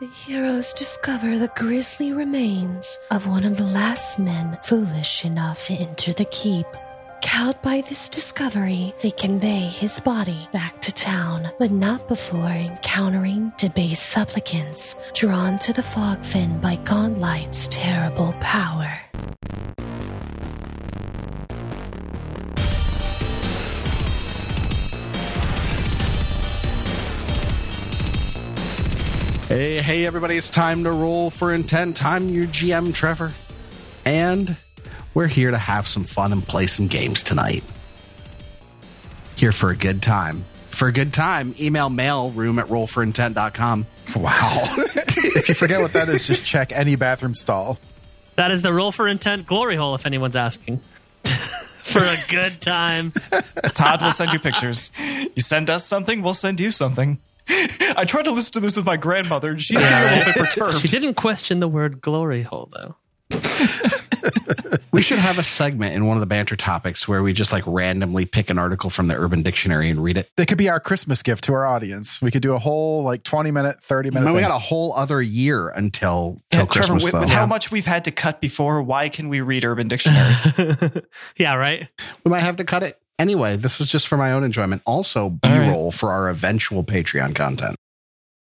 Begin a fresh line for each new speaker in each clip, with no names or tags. The heroes discover the grisly remains of one of the last men foolish enough to enter the keep. Cowed by this discovery, they convey his body back to town, but not before encountering debased supplicants drawn to the fog fin by Gauntlight's terrible power.
Hey, hey, everybody, it's time to roll for intent. I'm your GM, Trevor, and we're here to have some fun and play some games tonight. Here for a good time. For a good time, email mailroom at rollforintent.com. Wow.
If you forget what that is, just check any bathroom stall.
That is the roll for intent glory hole, if anyone's asking. For a good time.
Todd will send you pictures. You send us something, we'll send you something. I tried to listen to this with my grandmother, and she's a little bit
She
perturbed.
didn't question the word glory hole, though.
we should have a segment in one of the banter topics where we just like randomly pick an article from the Urban Dictionary and read it.
That could be our Christmas gift to our audience. We could do a whole like 20 minute, 30
I
minute.
mean, we
thing.
got a whole other year until,
Yeah,
till
Trevor,
Christmas,
with,
though.
with how much we've had to cut before, why can we read Urban Dictionary?
yeah, right?
we might have to cut it anyway this is just for my own enjoyment also
right.
b-roll for our eventual patreon content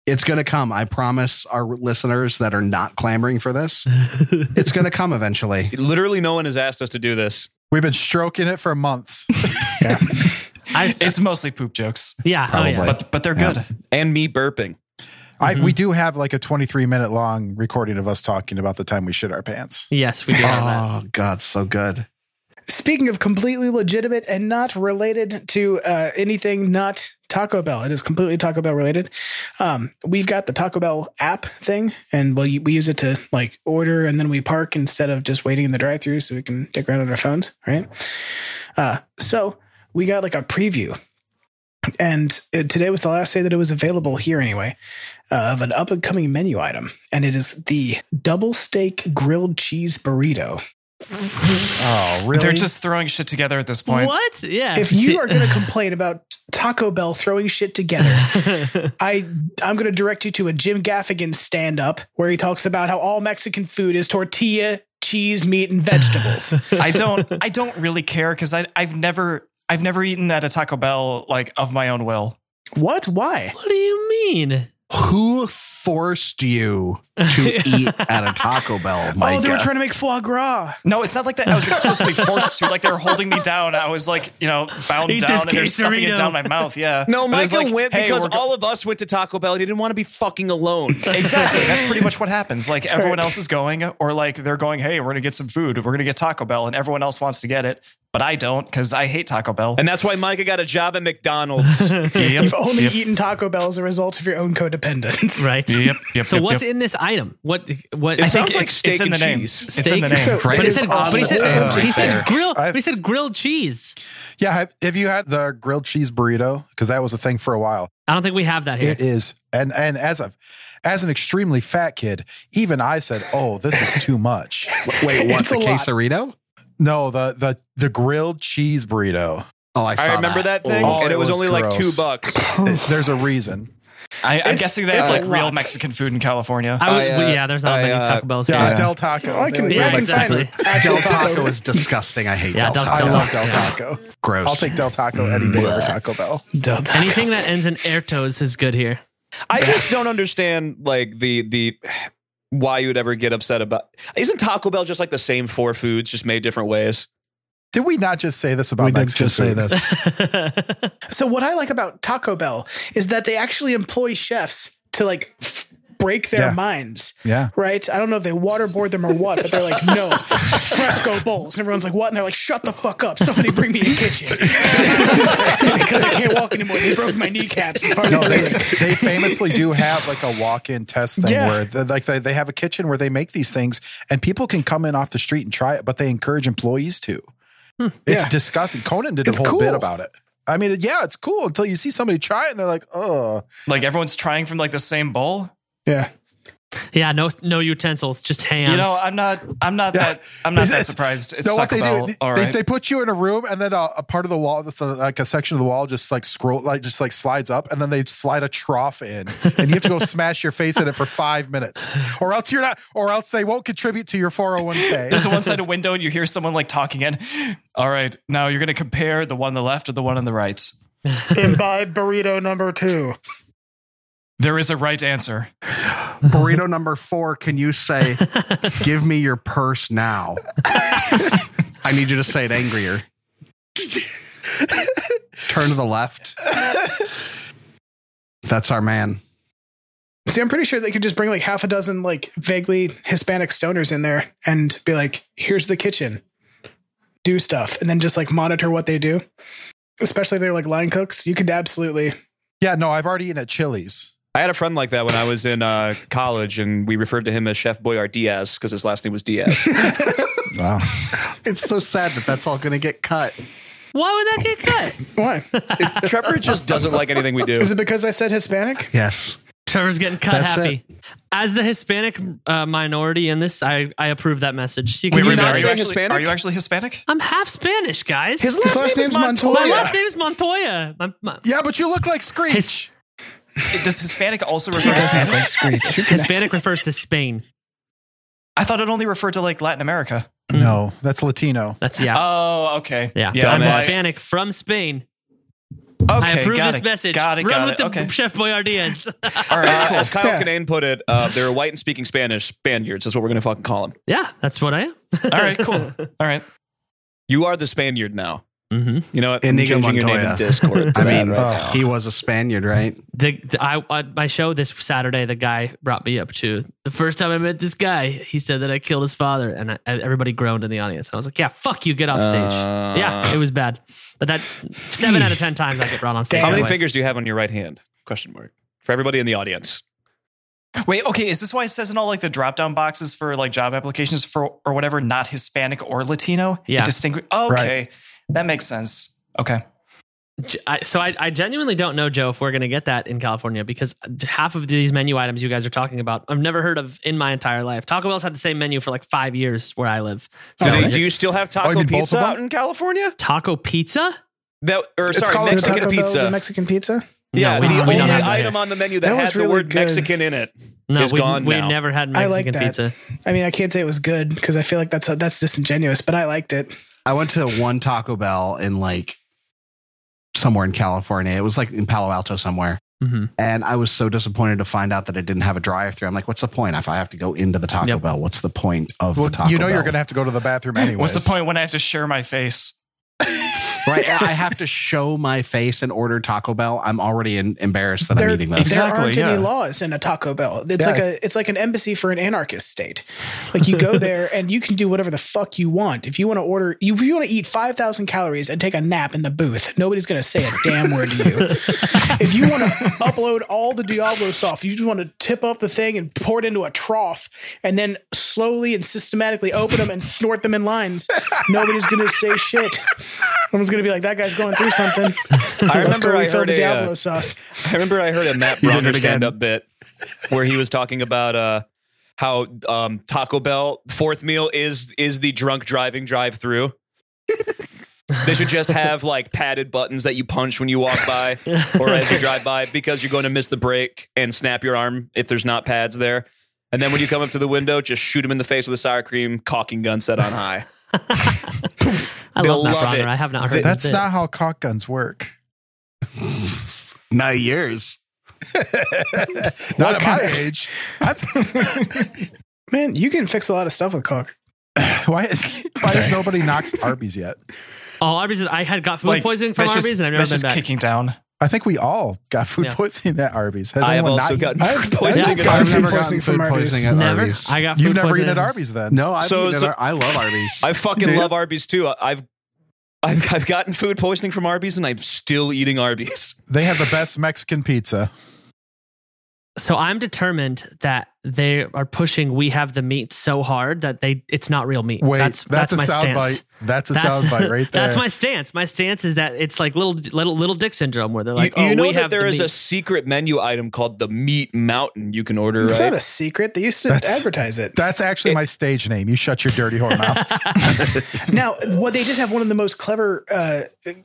it's going to come i promise our listeners that are not clamoring for this it's going to come eventually
Literally, no one has asked us to do this.
We've been stroking it for months.
I,
it's mostly poop jokes,
yeah, oh yeah.
Probably.
but but they're
Yeah.
good.
And me burping.
I,
mm-hmm.
we do have like a 23 minute long recording of us talking about the time we shit our pants.
Yes, we do have that.
oh god so good
Speaking of completely legitimate and not related to uh, anything not Taco Bell, it is completely Taco Bell related. Um, we've got the Taco Bell app thing, and well, you- we use it to like order and then we park instead of just waiting in the drive-through, so we can dick around on our phones, right? Uh, so we got like a preview, and uh, today was the last day that it was available here anyway uh, of an up and coming menu item, and it is the double steak grilled cheese burrito.
Oh, really?
They're just throwing shit together at this point.
What? Yeah.
if you are going to complain about Taco Bell throwing shit together, I I'm going to direct you to a Jim Gaffigan stand up where he talks about how all Mexican food is tortilla, cheese, meat, and vegetables.
I don't I don't really care because I I've never I've never eaten at a Taco Bell like of my own will.
what? Why?
What do you mean?
who forced you to eat at a taco bell Micah?
oh, they were trying to make foie gras.
No, it's not like that. I was explicitly forced to. Like they were holding me down. I was like, you know, bound
Eat this
down and they're stuffing
quesarito.
it down my mouth. Yeah.
No,
But it's
Michael
like,
went
hey,
because
we're go-
all of us went to Taco Bell and he didn't want to be fucking alone.
Exactly. That's pretty much what happens. Like everyone else is going, or like they're going, hey, we're gonna get some food. We're gonna get Taco Bell, and everyone else wants to get it, but I don't because I hate Taco Bell.
and that's why Micah got a job at McDonald's.
yep.
You've only eaten Taco Bell as a result of your own codependence.
Right.
Yep. Yep.
So
yep,
what's
yep.
in this item? What? What?
I
It
think
Sounds like
it's,
steak
it's in
and
the name.
cheese.
It's in the name.
So-
but
Right,
he
it's
said,
on
but he
the
said,
table
but he
right
said
there.
grill.
I-
But he said grilled cheese.
yeah. Have, have you had the grilled cheese burrito? Because that was a thing for a while.
I don't think we have that here.
It is, and and as a as an extremely fat kid, even I said, "Oh, this is too much."
wait what's
It's
a
a lot.
quesarito
No, the the the grilled cheese burrito.
oh i, saw
I remember that, thing,
Oh,
and
it
it was,
was
only like two
gross.
bucks.
It- There's a reason.
I, I'm
It's-
guessing
it's
that's
a
like real
lot.
Mexican food in California.
I would,
I, uh,
yeah, there's not
I,
many
uh,
Taco Bells here.
Yeah, Del Taco.
I can,
They-
yeah, I
Yeah,
can
exactly.
find actual
del
Taco.
taco is disgusting i hate
Yeah,
del,
Del-
I
taco
love Del
Yeah.
Taco.
gross
I'll take Del Taco any day over Taco Bell.
Del Taco.
Anything that ends in Ertos is good here.
I just don't understand like the the why you would ever get upset about. Isn't Taco Bell just like the same four foods, just made different ways?
Did we not just say this about
we did
Mexican
just say
food?
this
So what I like about Taco Bell is that they actually employ chefs to like f- break their
Yeah.
minds,
Yeah.
right? I don't know if they waterboard them or what, but they're like, no, fresco bowls. And everyone's like, what? And they're like, shut the fuck up. Somebody bring me a kitchen because I can't walk anymore. They broke my kneecaps. As part
No,
of
they,
the
they famously do have like a walk-in test thing
Yeah.
where the, like they, they have a kitchen where they make these things and people can come in off the street and try it, but they encourage employees to. It's
Hmm.
Yeah.
disgusting. Conan did
It's
a whole bit
cool.
about it. I mean, yeah, it's cool until you see somebody try it and they're like, oh,
like everyone's trying from like the same bowl.
yeah.
Yeah, no, no utensils, just hands.
You know, I'm not. I'm not
Yeah.
that. I'm not
It's-
that
it's-
surprised. It's
No, what
Taco
they
Bell.
do,
All
they,
right.
they put you in a room, and then a, a part of the wall, that's uh, like a section of the wall, just like scroll, like just like slides up, and then they slide a trough in, and you have to go smash your face in it for five minutes, or else you're not, or else they won't contribute to your four hundred one k.
There's a one-sided window, and you hear someone like talking in. All right, now you're going to compare the one on the left or the one on the right.
Imbibe burrito number two.
There is a right answer.
Burrito number four, can you say, give me your purse now? I need you to say it angrier. Turn to the left. That's our man.
See, I'm pretty sure they could just bring like half a dozen like vaguely Hispanic stoners in there and be like, here's the kitchen. Do stuff and then just like monitor what they do. Especially if they're like line cooks. You could absolutely
yeah, no, I've already eaten at Chili's.
I had a friend like that when I was in uh, college, and we referred to him as Chef Boyardee Diaz because his last name was Diaz.
Wow,
It's so sad that that's all going to get cut.
Why would that get cut?
why?
Trevor just doesn't like anything we do.
Is it because I said Hispanic?
Yes.
Trevor's getting cut
That's
happy. As the Hispanic uh, minority in this, I, I approve that message. You
Wait,
can
wait,
not
are
say
you actually
Hispanic?
Are you actually Hispanic?
I'm half Spanish, guys.
His last name's Montoya.
my last name is Montoya. My, my,
yeah, but you look like Screech.
His-
Does Hispanic also refer to Hispanic?
Hispanic refers to Spain.
I thought it only referred to like Latin America.
no, that's Latino.
That's yeah.
Oh, okay.
yeah.
yeah
I'm
like-
Hispanic from Spain.
Okay,
I approve
got
this
it,
message.
Got it.
Run
got
with
it.
the
okay.
Chef Boyardees.
All
Uh,
right. Cool.
As Kyle
Yeah.
Kinane put it, uh, they're white and speaking Spanish Spaniards. Is what we're going to fucking call them.
yeah, that's what I am.
All right. Cool. All right.
You are the Spaniard now.
Mm-hmm.
You know what?
Inigo Montoya.
Discord. to
I
that
mean,
right
uh,
now.
he was a Spaniard, right?
The, the I on my show this Saturday, the guy brought me up to the first time I met this guy. He said that I killed his father, and I, and everybody groaned in the audience. I was like, "Yeah, fuck you, get off stage."
Uh,
yeah, it was bad, but that seven out of ten times I get brought on stage.
How
that
many
way.
fingers do you have on your right hand? Question mark. For everybody in the audience.
Wait. Okay. Is this why it says in all like the drop down boxes for like job applications for or whatever, not Hispanic or Latino? It
Yeah.
distingu- okay. That makes sense. Okay.
G- I, so I, I genuinely don't know, Joe, if we're going to get that in California because half of these menu items you guys are talking about, I've never heard of in my entire life. Taco Bell's had the same menu for like five years where I live.
Do,
So
they, do you still have
Oh, you mean
taco
both
pizza
of them?
out in California?
taco pizza?
That or
It's
sorry,
called
Mexican
Taco Bell,
pizza.
the Mexican pizza?
yeah,
we-
the
Ah, we don't
only
have that
item
here.
on the menu that,
That was
had the
really
word
good.
Mexican in it.
No,
It's
we,
gone
we
now.
never had
I
Mexican
like that.
pizza.
I mean, I can't say it was good because I feel like that's that's disingenuous, but I liked it.
I went to one Taco Bell in like somewhere in California. It was like in Palo Alto somewhere.
hmm
And I was so disappointed to find out that it didn't have a drive through. I'm like, what's the point? If I have to go into the Taco
Yep.
Bell, what's the point of
Well,
the Taco
you know you're
Bell?
gonna have to go to the bathroom anyway.
What's the point when I have to share my face?
right? I have to show my face and order Taco Bell. I'm already in, embarrassed that I'm eating this.
exactly.
there aren't
yeah.
any laws in a Taco Bell. It's
Yeah.
like a it's like an embassy for an anarchist state. Like you go there and you can do whatever the fuck you want. If you want to order, if you want to eat five thousand calories and take a nap in the booth, nobody's gonna say a damn word to you. If you want to upload all the Diablo stuff, you just want to tip up the thing and pour it into a trough, and then slowly and systematically open them and snort them in lines. Nobody's gonna say shit. No one's gonna be like, "That guy's going through something."
I
Let's go
remember I
refill
heard
the
a, uh,
Diablo sauce.
I remember I heard a Matt
You did
Bronner
it again.
stand up bit where he was talking about uh, how um, Taco Bell fourth meal is is the drunk driving drive through. they should just have like padded buttons that you punch when you walk by or as you drive by because you're going to miss the brake and snap your arm if there's not pads there. And then when you come up to the window, just shoot him in the face with a sour cream caulking gun set on high.
I
They'll
love that
love it.
Bronner. I have not heard of
That's
it.
not how cock guns work.
Not yours.
Not at my age. I
Man, you can fix a lot of stuff with cock.
Why is why has nobody knocked Arby's yet?
Oh, Arby's. is- I had got food
Like,
poisoning from
that's
Arby's,
just-
and I've never
that's
been
just
back.
kicking down.
I think we all got food
Yeah.
poisoning at Arby's. Has
I have
anyone
also
not
gotten
eaten-
food
I've-
poisoning
I've
at
gotten
I've
Arby's.
food
never
poisoning
gotten
from
food
Arby's.
poisoning at
Never.
Arby's.
I got. Food
You've never
poisoning
eaten at
was-
Arby's then.
no, I've
So-
eaten
so-
at Ar- I love Arby's.
I fucking
Yeah.
love Arby's too. I- I've I've I've gotten food poisoning from Arby's and I'm still eating Arby's.
They have the best Mexican pizza.
So I'm determined that they are pushing. We have the meat so hard that they it's not real meat.
Wait,
that's that's,
that's, a
my
soundbite.
stance.
That's a soundbite right there.
That's my stance. My stance is that it's like little little little dick syndrome where they're like,
you, you
oh,
know
we
that
have the
there is a
meat.
secret menu item called the Meat Mountain you can order,
It's not a
right?
secret. They used to
That's-
advertise it.
That's actually my stage name. You shut your dirty whore mouth.
Now, what they did have one of the most clever uh,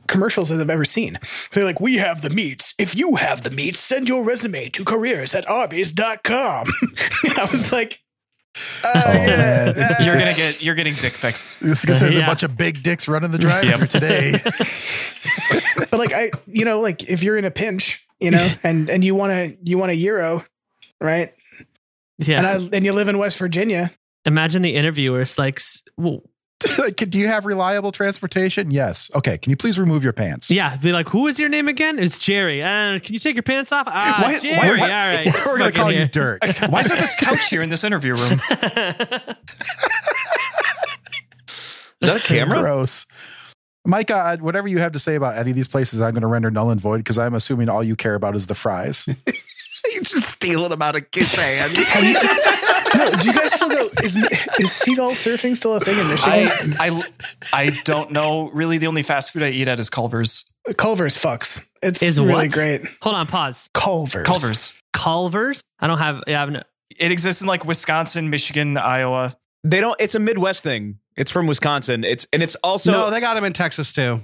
commercials that I've ever seen. They're like, "We have the meats. If you have the meats, send your resume to careers at arby's.com." and I was like, uh, yeah,
man.
uh,
You're gonna get you're getting dick pics.
This guy says
Yeah.
a bunch of big dicks running the drive thru
Yep.
today.
but like I, you know, like if you're in a pinch, you know, and and you want to you want a euro, right?
yeah.
And I and you live in West Virginia.
Imagine the interviewer is like, s- well,
Like, Do you have reliable transportation? Yes. Okay. Can you please remove your pants?
yeah, be like, who is your name again? It's Jerry. Uh, can you take your pants off? Ah,
Why- why-
Jerry.
why-
all right,
We're gonna
Fucking
call you
here.
Dirk.
Why is there this couch here in this interview room?
Is that a camera?
Gross. Micah, I- whatever you have to say about any of these places, I'm going to render null and void because I'm assuming all you care about is the fries.
He's just stealing them out of kids' hands.
No, do you guys still go? Is is seagull surfing still a thing in Michigan?
I, I I don't know. Really, the only fast food I eat at is Culver's.
Culver's fucks. It's
Is
really
what?
great.
Hold on, pause.
Culver's.
Culver's.
Culver's. I don't have. Yeah, I have no,
It exists in like Wisconsin, Michigan, Iowa.
They don't. It's a Midwest thing. It's from Wisconsin. It's and it's also
no, they got him in Texas too.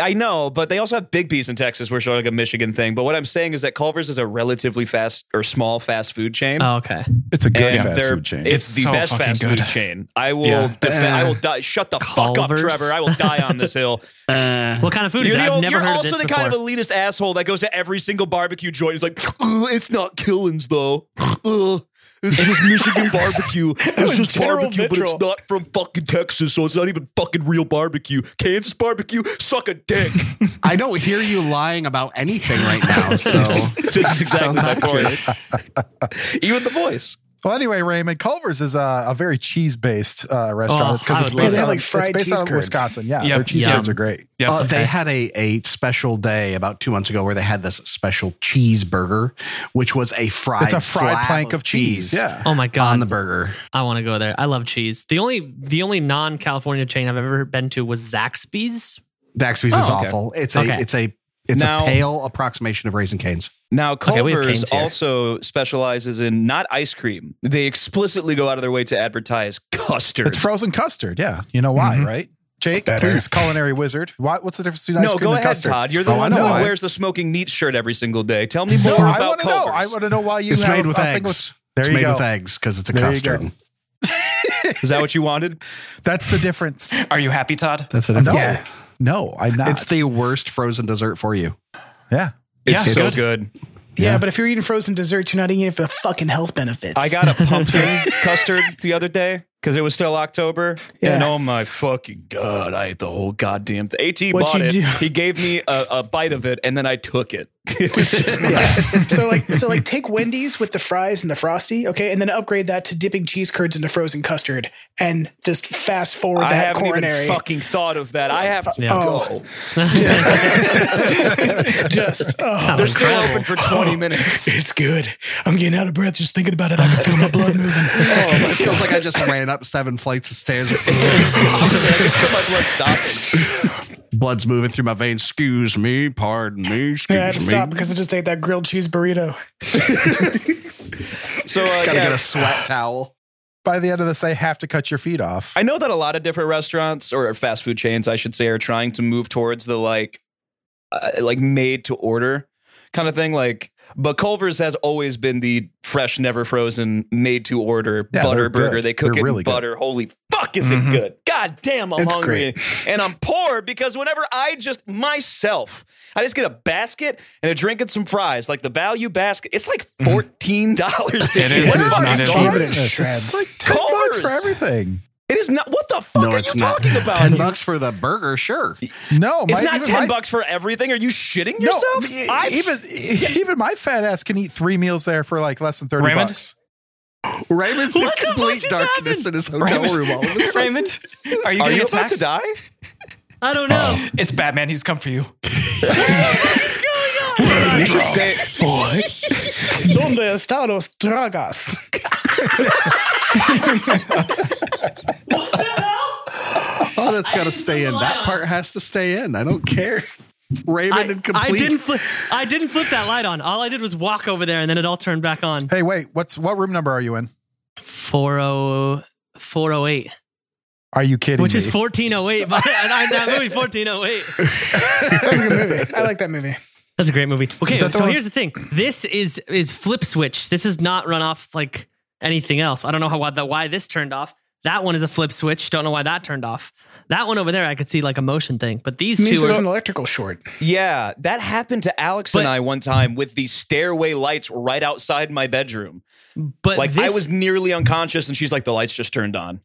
I know, but they also have Big B's in Texas, which are like a Michigan thing. But what I'm saying is that Culver's is a relatively fast or small fast food chain.
oh, okay.
It's a good
And
fast
they're-
food chain. Eh.
It's,
It's
the
so
best
fucking
fast
good.
food chain. I will.
Yeah.
Defend, I
Uh,
will die. Shut the fuck up,
Culver's?
Trevor. I will die on this hill.
Uh,
What kind of food
You're,
is
the
that?
ol-
I've never
you're
heard of
also
this
the
before.
kind of elitist asshole that goes to every single barbecue joint. He's like, "Ugh, it's not Killins though. Ugh, It's just Michigan barbecue. It's just
General
barbecue,
Mitchell.
but it's not from fucking Texas, so it's not even fucking real barbecue. Kansas barbecue, suck a dick.
I don't hear you lying about anything right now. So
this is exactly my
Sounds
point. even the voice.
well, anyway, Raymond, Culver's is a, a very cheese based uh,
Oh,
restaurant
I
because it's
would love
based,
that.
on,
Like
it's
fried
based
cheese
out of
curds.
Wisconsin. Yeah,
Yep.
their cheese
Yum.
curds are great.
Yeah,
Oh,
Uh, They had a, a special day about two months ago where they had this special cheeseburger, which was a fried
It's a fried
slab
plank of cheese. Yeah.
Oh my
on
god,
the burger.
I want to go there. I love cheese. The only the only non California chain I've ever been to was Zaxby's.
Zaxby's is
Oh, okay.
awful. It's a
Okay.
it's a it's
Now-
a pale approximation of raisin canes.
Now,
Okay, we have
Culver's
canes here.
also specializes in not ice cream. They explicitly go out of their way to advertise custard.
It's frozen custard. Yeah. You know why, right? Jake,
better.
please, culinary wizard. Why, what's the difference between ice
no,
cream
go
and
ahead,
custard?
Todd. You're the
Oh, I
one
know
who
why.
wears the smoking meat shirt every single day. Tell me
No,
more
I
about
want to know. I
Culver's.
want to know why you
it's
have
made with
a thing
eggs.
there
it's
you
made
go.
with eggs because it's a
There you go.
custard.
Is that what you wanted?
That's the difference.
Are you happy, Todd?
That's it.
No,
Yeah.
no, I'm not.
It's the worst frozen dessert for you.
yeah.
It's
Yeah,
so
good.
good.
Yeah,
Yeah.
but if you're eating frozen desserts, you're not eating it for the fucking health benefits.
I got a pumpkin custard the other day because it was still October.
Yeah.
And oh my fucking God, I ate the whole goddamn thing. AT
What
bought
you
it.
do-
He gave me a, a bite of it and then I took it. It was just
so like so like take Wendy's with the fries and the frosty, okay, and then upgrade that to dipping cheese curds into frozen custard, and just fast forward
I
that
haven't
coronary.
even fucking thought of that. I have to
Yeah.
go.
just oh,
They're still open for 20 minutes.
it's good. I'm getting out of breath just thinking about it. I can feel my blood moving.
Oh, it feels like I just ran up seven flights of stairs.
I can feel my blood stopping.
Blood's moving through my veins. Excuse me, pardon me, excuse
I had to
me.
stop because I just ate that grilled cheese burrito.
So, uh,
Gotta
yeah,
get a sweat towel.
By the end of this, they have to cut your feet off.
I know that a lot of different restaurants or fast food chains, I should say, are trying to move towards the like, uh, like made to order kind of thing. Like, but Culver's has always been the fresh, never frozen, made to order
Yeah,
butter
they're
burger.
good.
They cook
They're
it
really
in
good.
butter. Holy fuck, is
Mhm.
it good? God damn, I'm
It's
hungry and I'm poor because whenever I just myself, I just get a basket and a drink and some fries, like the value basket. It's like fourteen dollars. to
Mm-hmm. It
eat.
is.
What
It's
fucking
not
It's
as cheap.
garbage?
ridiculous.
Shreds.
It's like 10 bucks for
Culver's.
everything.
It is not. What the fuck
no,
are
it's
you
not.
talking about?
Ten
You-
bucks for the burger, sure.
No,
It's
my-
not
even
ten
my-
bucks for everything. Are you shitting
No,
yourself?
e-
I
even even my fat ass can eat three meals there for like less than thirty
Raymond?
bucks.
Raymond's in
What the fuck
complete
just
darkness
happened?
in his hotel room. All of a sudden,
Raymond, are you
are
getting
you about
attacked? Oh,
to die?
I don't know.
It's Batman. He's come for you.
Donde están los tragas?
Oh, that's
I
got to
didn't
stay
flip
in.
the light
That
on.
part has to stay in. I don't care. Raven
I,
and complete.
I didn't flip. I didn't flip that light on. All I did was walk over there, and then it all turned back on.
Hey, wait. What's what room number are you in?
40, 408,
Are you kidding?
which is
me?
1408. By, that movie oh, 1408.
That was a good movie. I like that movie.
That's a great movie. Okay,
that the
so
one-
here's the thing. This is is flip switch. This is not run off like anything else. I don't know how why, that- why this turned off. That one is a flip switch. Don't know why that turned off. That one over there, I could see like a motion thing, but these
It means
two
there's
are
an electrical short.
Yeah, that happened to Alex and uh,
But-
I one time with the stairway lights right outside my bedroom.
but
Like
this,
I was nearly unconscious, and she's like, "The lights just turned on."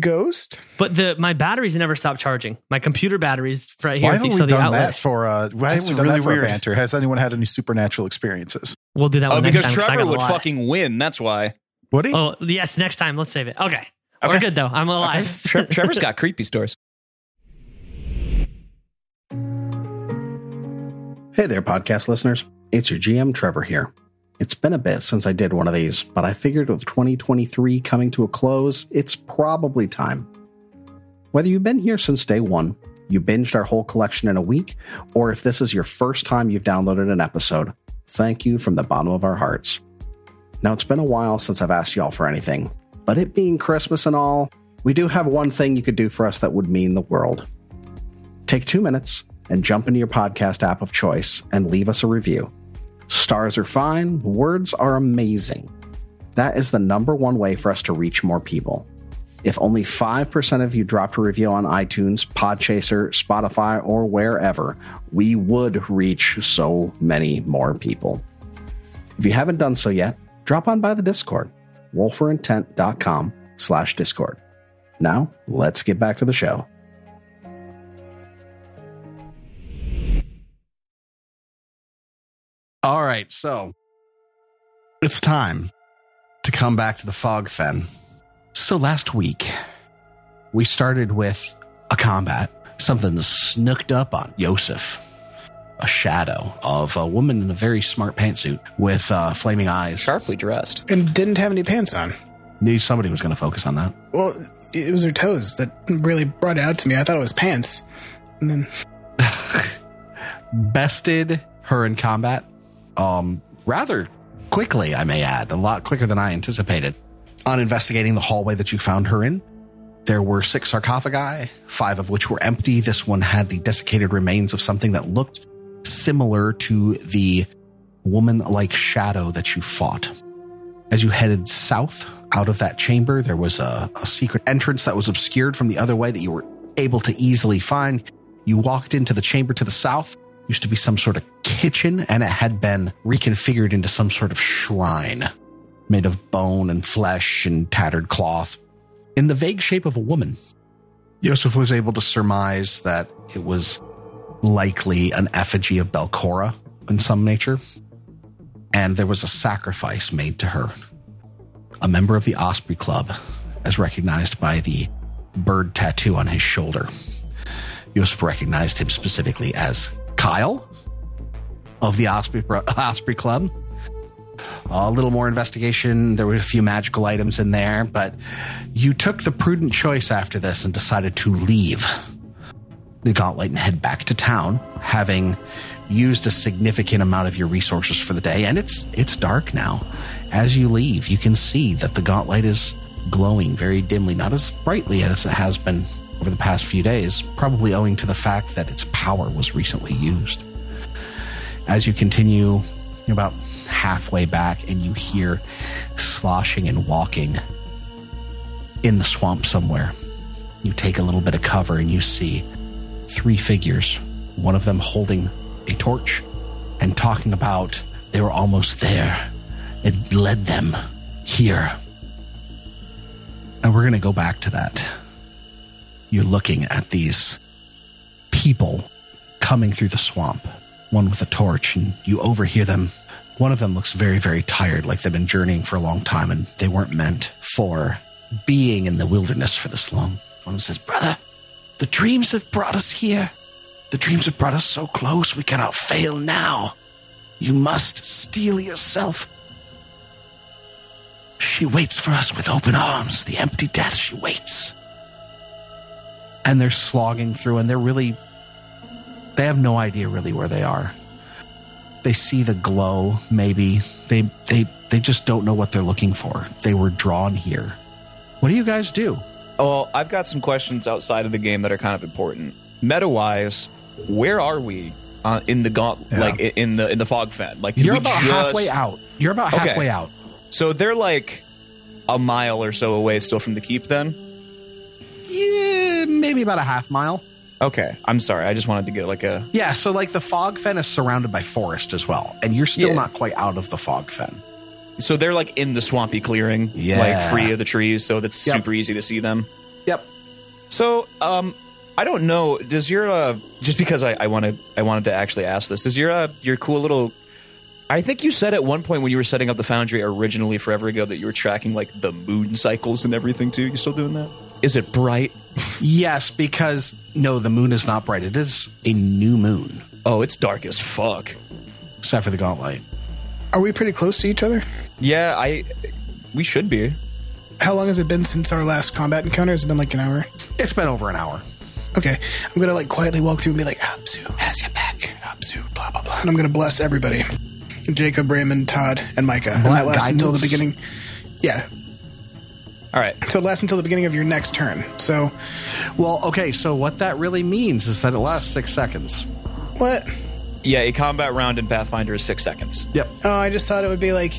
Ghost.
but the my batteries never stop charging. My computer batteries right here.
Why haven't
so
we
the
done
outlet.
that for uh? Why haven't
That's
we done
really
that for
weird.
a banter? Has anyone had any supernatural experiences?
We'll do that
Oh,
one next
because
time. 'cause I
Trevor
got a
would
lot.
fucking win. That's why.
Would he?
Oh yes, next time. Let's save it. Okay, we're
Okay.
good though. I'm alive.
Tre- Trevor's got creepy stories.
Hey there, podcast listeners. It's your GM, Trevor, here. It's been a bit since I did one of these, but I figured with 2023 coming to a close, it's probably time. Whether you've been here since day one, you binged our whole collection in a week, or if this is your first time you've downloaded an episode, thank you from the bottom of our hearts. Now, it's been a while since I've asked y'all for anything, but it being Christmas and all, we do have one thing you could do for us that would mean the world take two minutes and jump into your podcast app of choice and leave us a review. Stars are fine, words are amazing. That is the number one way for us to reach more people. If only 5% of you dropped a review on iTunes, Podchaser, Spotify, or wherever, we would reach so many more people. If you haven't done so yet, drop on by the Discord, wolferintent.com slash Discord. Now, let's get back to the show. All right, so it's time to come back to the fog fen. So last week, we started with a combat, something snooked up on Yosef, a shadow of a woman in a very smart pantsuit with uh, flaming eyes.
Sharply dressed.
And didn't have any pants on.
Knew somebody was going to focus on that.
Well, it was her toes that really brought it out to me. I thought it was pants. And then
bested her in combat um, rather quickly, I may add, a lot quicker than I anticipated. On investigating the hallway that you found her in, there were six sarcophagi, five of which were empty. This one had the desiccated remains of something that looked similar to the woman like shadow that you fought. As you headed south out of that chamber, there was a, a secret entrance that was obscured from the other way that you were able to easily find. You walked into the chamber to the south used to be some sort of kitchen and it had been reconfigured into some sort of shrine made of bone and flesh and tattered cloth in the vague shape of a woman. Yosef was able to surmise that it was likely an effigy of Belcora in some nature, and there was a sacrifice made to her. A member of the Osprey Club, as recognized by the bird tattoo on his shoulder. Yosef recognized him specifically as Kyle of the Osprey, Osprey Club. A little more investigation. There were a few magical items in there, but you took the prudent choice after this and decided to leave the gauntlet and head back to town, having used a significant amount of your resources for the day. And it's it's dark now. As you leave, you can see that the gauntlet is glowing very dimly, not as brightly as it has been over the past few days, probably owing to the fact that its power was recently used. As you continue about halfway back and you hear sloshing and walking in the swamp somewhere, you take a little bit of cover and you see three figures, one of them holding a torch and talking about they were almost there. It led them here. And we're going to go back to that. You're looking at these people coming through the swamp, one with a torch, and you overhear them. One of them looks very, very tired, like they've been journeying for a long time and they weren't meant for being in the wilderness for this long. One of them says, Brother, the dreams have brought us here. The dreams have brought us so close, we cannot fail now. You must steel yourself. She waits for us with open arms. The empty death, she waits. and they're slogging through and they're really they have no idea really where they are they see the glow maybe they they they just don't know what they're looking for they were drawn here what do you guys do
Well, I've got some questions outside of the game that are kind of important. Meta wise, where are we uh, in the gaunt,
Yeah.
like i- in the in the fog fen? Like did
you're
we
about
just-
halfway out you're about
Okay.
halfway out
So they're like a mile or so away still from the keep. Then
yeah, maybe about a half mile
okay, I'm sorry. I just wanted to get like a
yeah so like the fog fen is surrounded by forest as well and you're still
Yeah.
not quite out of the fog fen
so they're like in the swampy clearing,
Yeah.
like free of the trees, so that's
Yep.
super easy to see them.
yep
So, um, I don't know. Does your uh, just because I, I wanted I wanted to actually ask this? Does your uh, your cool little? I think you said at one point when you were setting up the foundry originally forever ago that you were tracking like the moon cycles and everything too. You still doing that? Is it bright?
yes because no the moon is not bright it is a new moon
Oh, it's dark as fuck.
except for the gauntlet
Are we pretty close to each other?
Yeah, I. We should be.
How long has it been since our last combat encounter? Has it been like an hour?
it's been over an hour
Okay, I'm gonna like quietly walk through and be like, Abzu has your back. Abzu, blah blah blah. And I'm gonna bless everybody: Jacob, Raymond, Todd, and Micah. And that
Black
lasts until the
guidance?
beginning. Yeah,
All right.
so it lasts until the beginning of your next turn. So
Well, okay, so what that really means is that it lasts six seconds.
what?
Yeah, a combat round in Pathfinder is six seconds.
Yep.
Oh, I just thought it would be like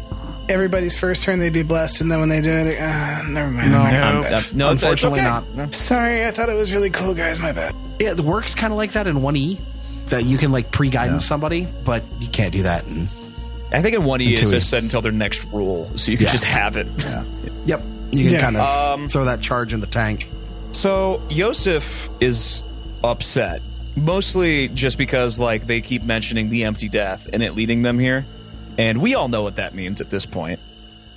everybody's first turn they'd be blessed, and then when they do it, uh, never mind. No,
Um, uh, no, it's- it's
Unfortunately
okay.
not.
Sorry, I thought it was really cool, guys. My bad.
It works kind of like that in 1E, that you can like pre guidance somebody, but you can't do that in.
I think in one E it's
Until we-
just said until their next rule, so you can
Yeah.
just have it.
Yep. You can
Yeah.
kind of
Um,
throw that charge in the tank.
So Yosef is upset, mostly just because like they keep mentioning the empty death and it leading them here, and we all know what that means at this point.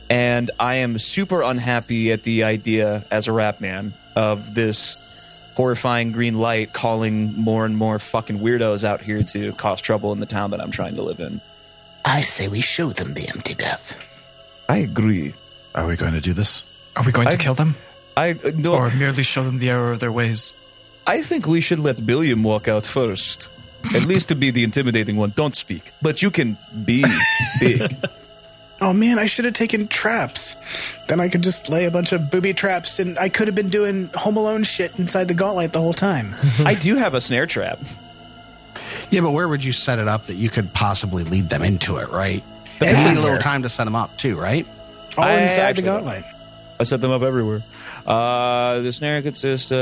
And I am super unhappy at the idea as a rap man of this horrifying green light calling more and more fucking weirdos out here to cause trouble in the town that I'm trying to live in.
I say we show them the empty death.
I agree.
Are we going to do this?
Are we going to
I-
kill them
I uh, no,
or merely show them the error of their ways?
I think we should let Billiam walk out first. At least to be the intimidating one. Don't speak. But you can be big.
Oh man, I should have taken traps. Then I could just lay a bunch of booby traps, and I could have been doing Home Alone shit inside the gauntlet the whole time.
I do have a snare trap.
Yeah, but where would you set it up that you could possibly lead them into it, right?
The Oh,
And you need a
path.
little time to set them up, too, right?
All
I
inside the
actually don't.
gauntlet.
I set them up everywhere. Uh, the snare consists of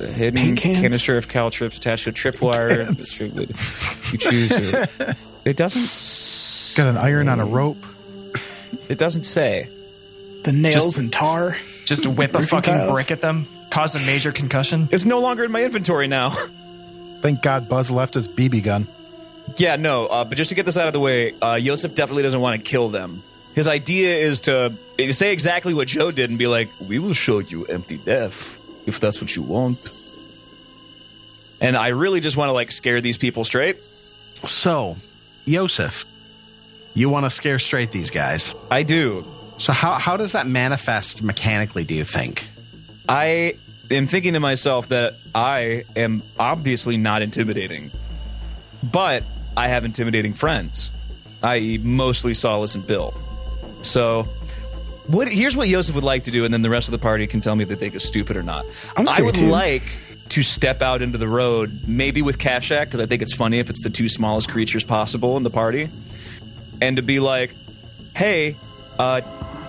a hidden
Paint cans?
canister of caltrips attached to a tripwire. You choose it. It doesn't. s-
Got an iron on a rope.
It doesn't say.
The nails
Just-
and tar.
Just whip a
Roofing
fucking
tiles?
brick at them, cause a major concussion.
It's no longer in my inventory now.
Thank God Buzz left his BB gun.
Yeah, no, uh, but just to get this out of the way, uh, Yosef definitely doesn't want to kill them. His idea is to eh, say exactly what Joe did and be like, We will show you empty death if that's what you want. And I really just want to like scare these people straight.
So, Yosef, you want to scare straight these guys.
I do.
So, how, how does that manifest mechanically, do you think?
I am thinking to myself that I am obviously not intimidating, but I have intimidating friends, i.e., mostly Solace and Bill. So, what, here's what Yosef would like to do, and then the rest of the party can tell me if they think it's stupid or not.
I'm
I
scared,
would
too.
like to step out into the road, maybe with Kashak, because I think it's funny if it's the two smallest creatures possible in the party, and to be like, hey, uh,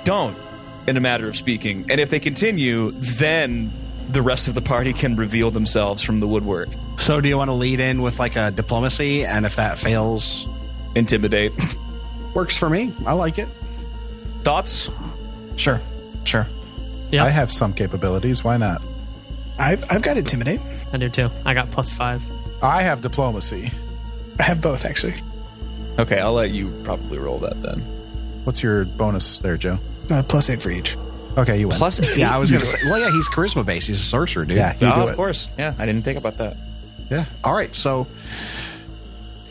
don't, in a matter of speaking. And if they continue, then the rest of the party can reveal themselves from the woodwork.
So, do you want to lead in with like a diplomacy? And if that fails,
Intimidate.
works for me. I like it.
Thoughts?
Sure. Sure.
Yeah.
I have some capabilities. Why not?
I've, I've got intimidate.
I do too. I got plus five.
I have diplomacy.
I have both actually.
Okay, I'll let you probably roll that then.
What's your bonus there, Joe?
Uh, plus eight for each.
Okay, you win.
Plus,
Yeah, I was gonna say. Well, yeah, he's charisma based. He's a sorcerer, dude.
yeah, you
Oh,
do
of
it.
course. Yeah, I didn't think about that.
yeah. All right, so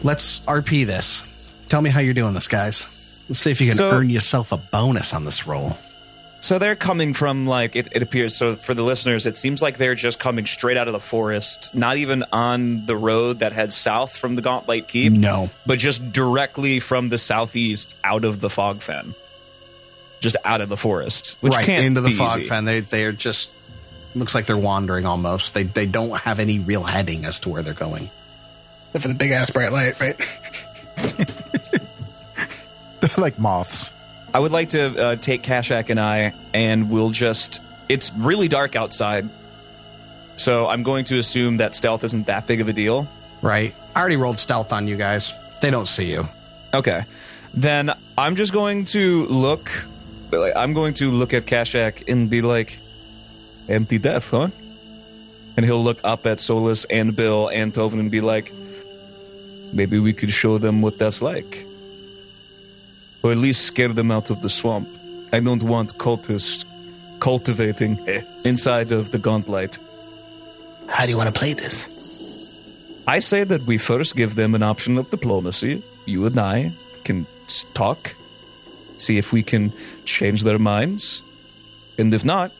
let's RP this. Tell me how you're doing this, guys. Let's see if you can
So-
earn yourself a bonus on this roll.
So they're coming from like it, it appears. So for the listeners, it seems like they're just coming straight out of the forest, not even on the road that heads south from the Gauntlet Keep.
No.
but just directly from the southeast out of the fog fen, just out of the forest, which
right
can't
into the
be
fog
easy.
fan. They they're just looks like they're wandering almost. They they don't have any real heading as to where they're going.
Except for the big ass bright light, right?
like moths.
I would like to uh, take Kashak and I, and we'll just. It's really dark outside. So I'm going to assume that stealth isn't that big of a deal.
Right. I already rolled stealth on you guys. They don't see you.
Okay. Then I'm just going to look. like, I'm going to look at Kashak and be like, empty death, huh? And he'll look up at Solus and Bill and Tovin and be like, maybe we could show them what that's like. Or at least scare them out of the swamp. I don't want cultists cultivating inside of the gauntlet.
How do you want to play this?
I say that we first give them an option of diplomacy. You and I can s- talk, see if we can change their minds. And if not,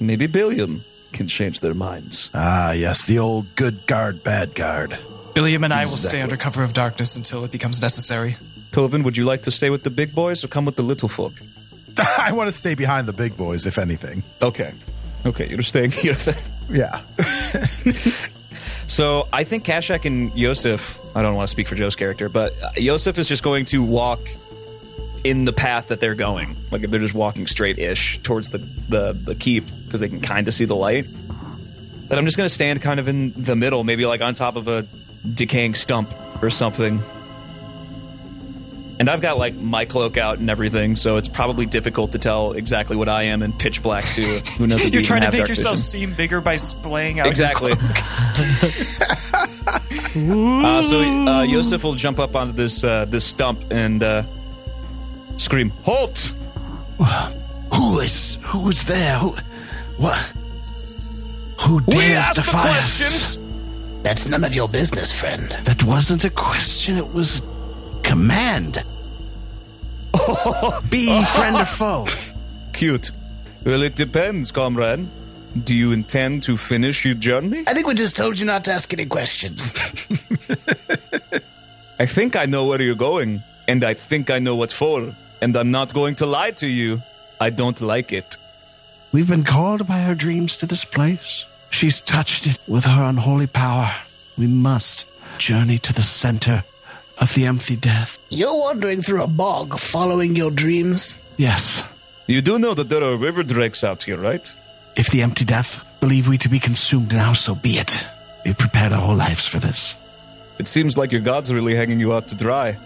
maybe Billiam can change their minds.
Ah, yes, the old good guard, bad guard.
Billiam and I will
Exactly.
stay under cover of darkness until it becomes necessary.
Tovin, would you like to stay with the big boys or come with the little folk?
I want to stay behind the big boys, if anything.
Okay. Okay, you're staying here then.
Yeah.
So I think Kashak and Yosef, I don't want to speak for Joe's character, but uh, Yosef is just going to walk in the path that they're going. Like if they're just walking straight ish towards the, the, the keep because they can kind of see the light. That I'm just going to stand kind of in the middle, maybe like on top of a decaying stump or something. And I've got like my cloak out and everything, so it's probably difficult to tell exactly what I am in pitch black too. Who knows if
You're
you
trying
even
to
have
make
dark
yourself
vision.
seem bigger by splaying out. your
Exactly. uh, so uh, Yosef will jump up onto this uh, this stump and uh, scream, "Halt!"
Who is who is there? Who what? Who dares
asked the
defy us?
questions!
That's none of your business, friend.
That wasn't a question. It was command. Be friend or foe.
Cute. Well, it depends, comrade. Do you intend to finish your journey?
I think we just told you not to ask any questions.
I think I know where you're going, and I think I know what's for, and I'm not going to lie to you. I don't like it.
We've been called by our dreams to this place. She's touched it with her unholy power. We must journey to the center of the empty death.
You're wandering through a bog following your dreams.
Yes,
You do know that there are river drakes out here, right?
if the empty death believe we to be consumed now, so be it. We prepared our whole lives for this.
It seems like your god's really hanging you out to dry.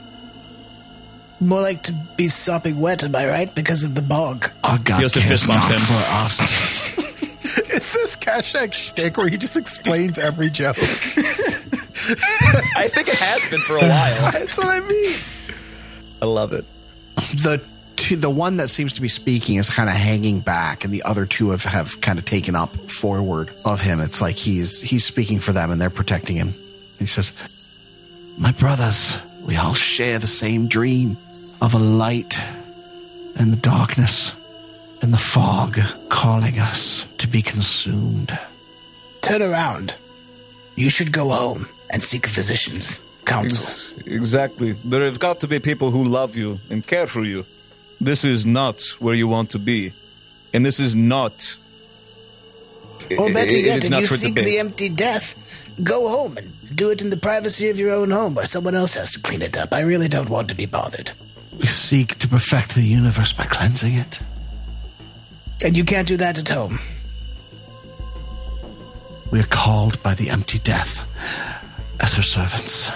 More like to be sopping wet, am I right? Because of the bog.
Our God
Yosef
cares
fist
not
bumps him.
for us.
Is this Kashak shtick where he just explains every joke?
I think it has been for a while.
That's what I mean.
I love it.
the two, the one that seems to be speaking is kind of hanging back, and the other two have, have kind of taken up forward of him. It's like he's he's speaking for them, and they're protecting him. He says, "My brothers, we all share the same dream of a light in the darkness and the fog calling us to be consumed."
Turn around. You should go home and seek a physician's counsel.
Exactly. There have got to be people who love you and care for you. This is not where you want to be. And this is not.
Or better
it-
yet,
it's
if
not
you
for
seek
debate.
the empty death, go home and do it in the privacy of your own home where someone else has to clean it up. I really don't want to be bothered.
We seek to perfect the universe by cleansing it.
And you can't do that at home.
We are called by the empty death as her servants.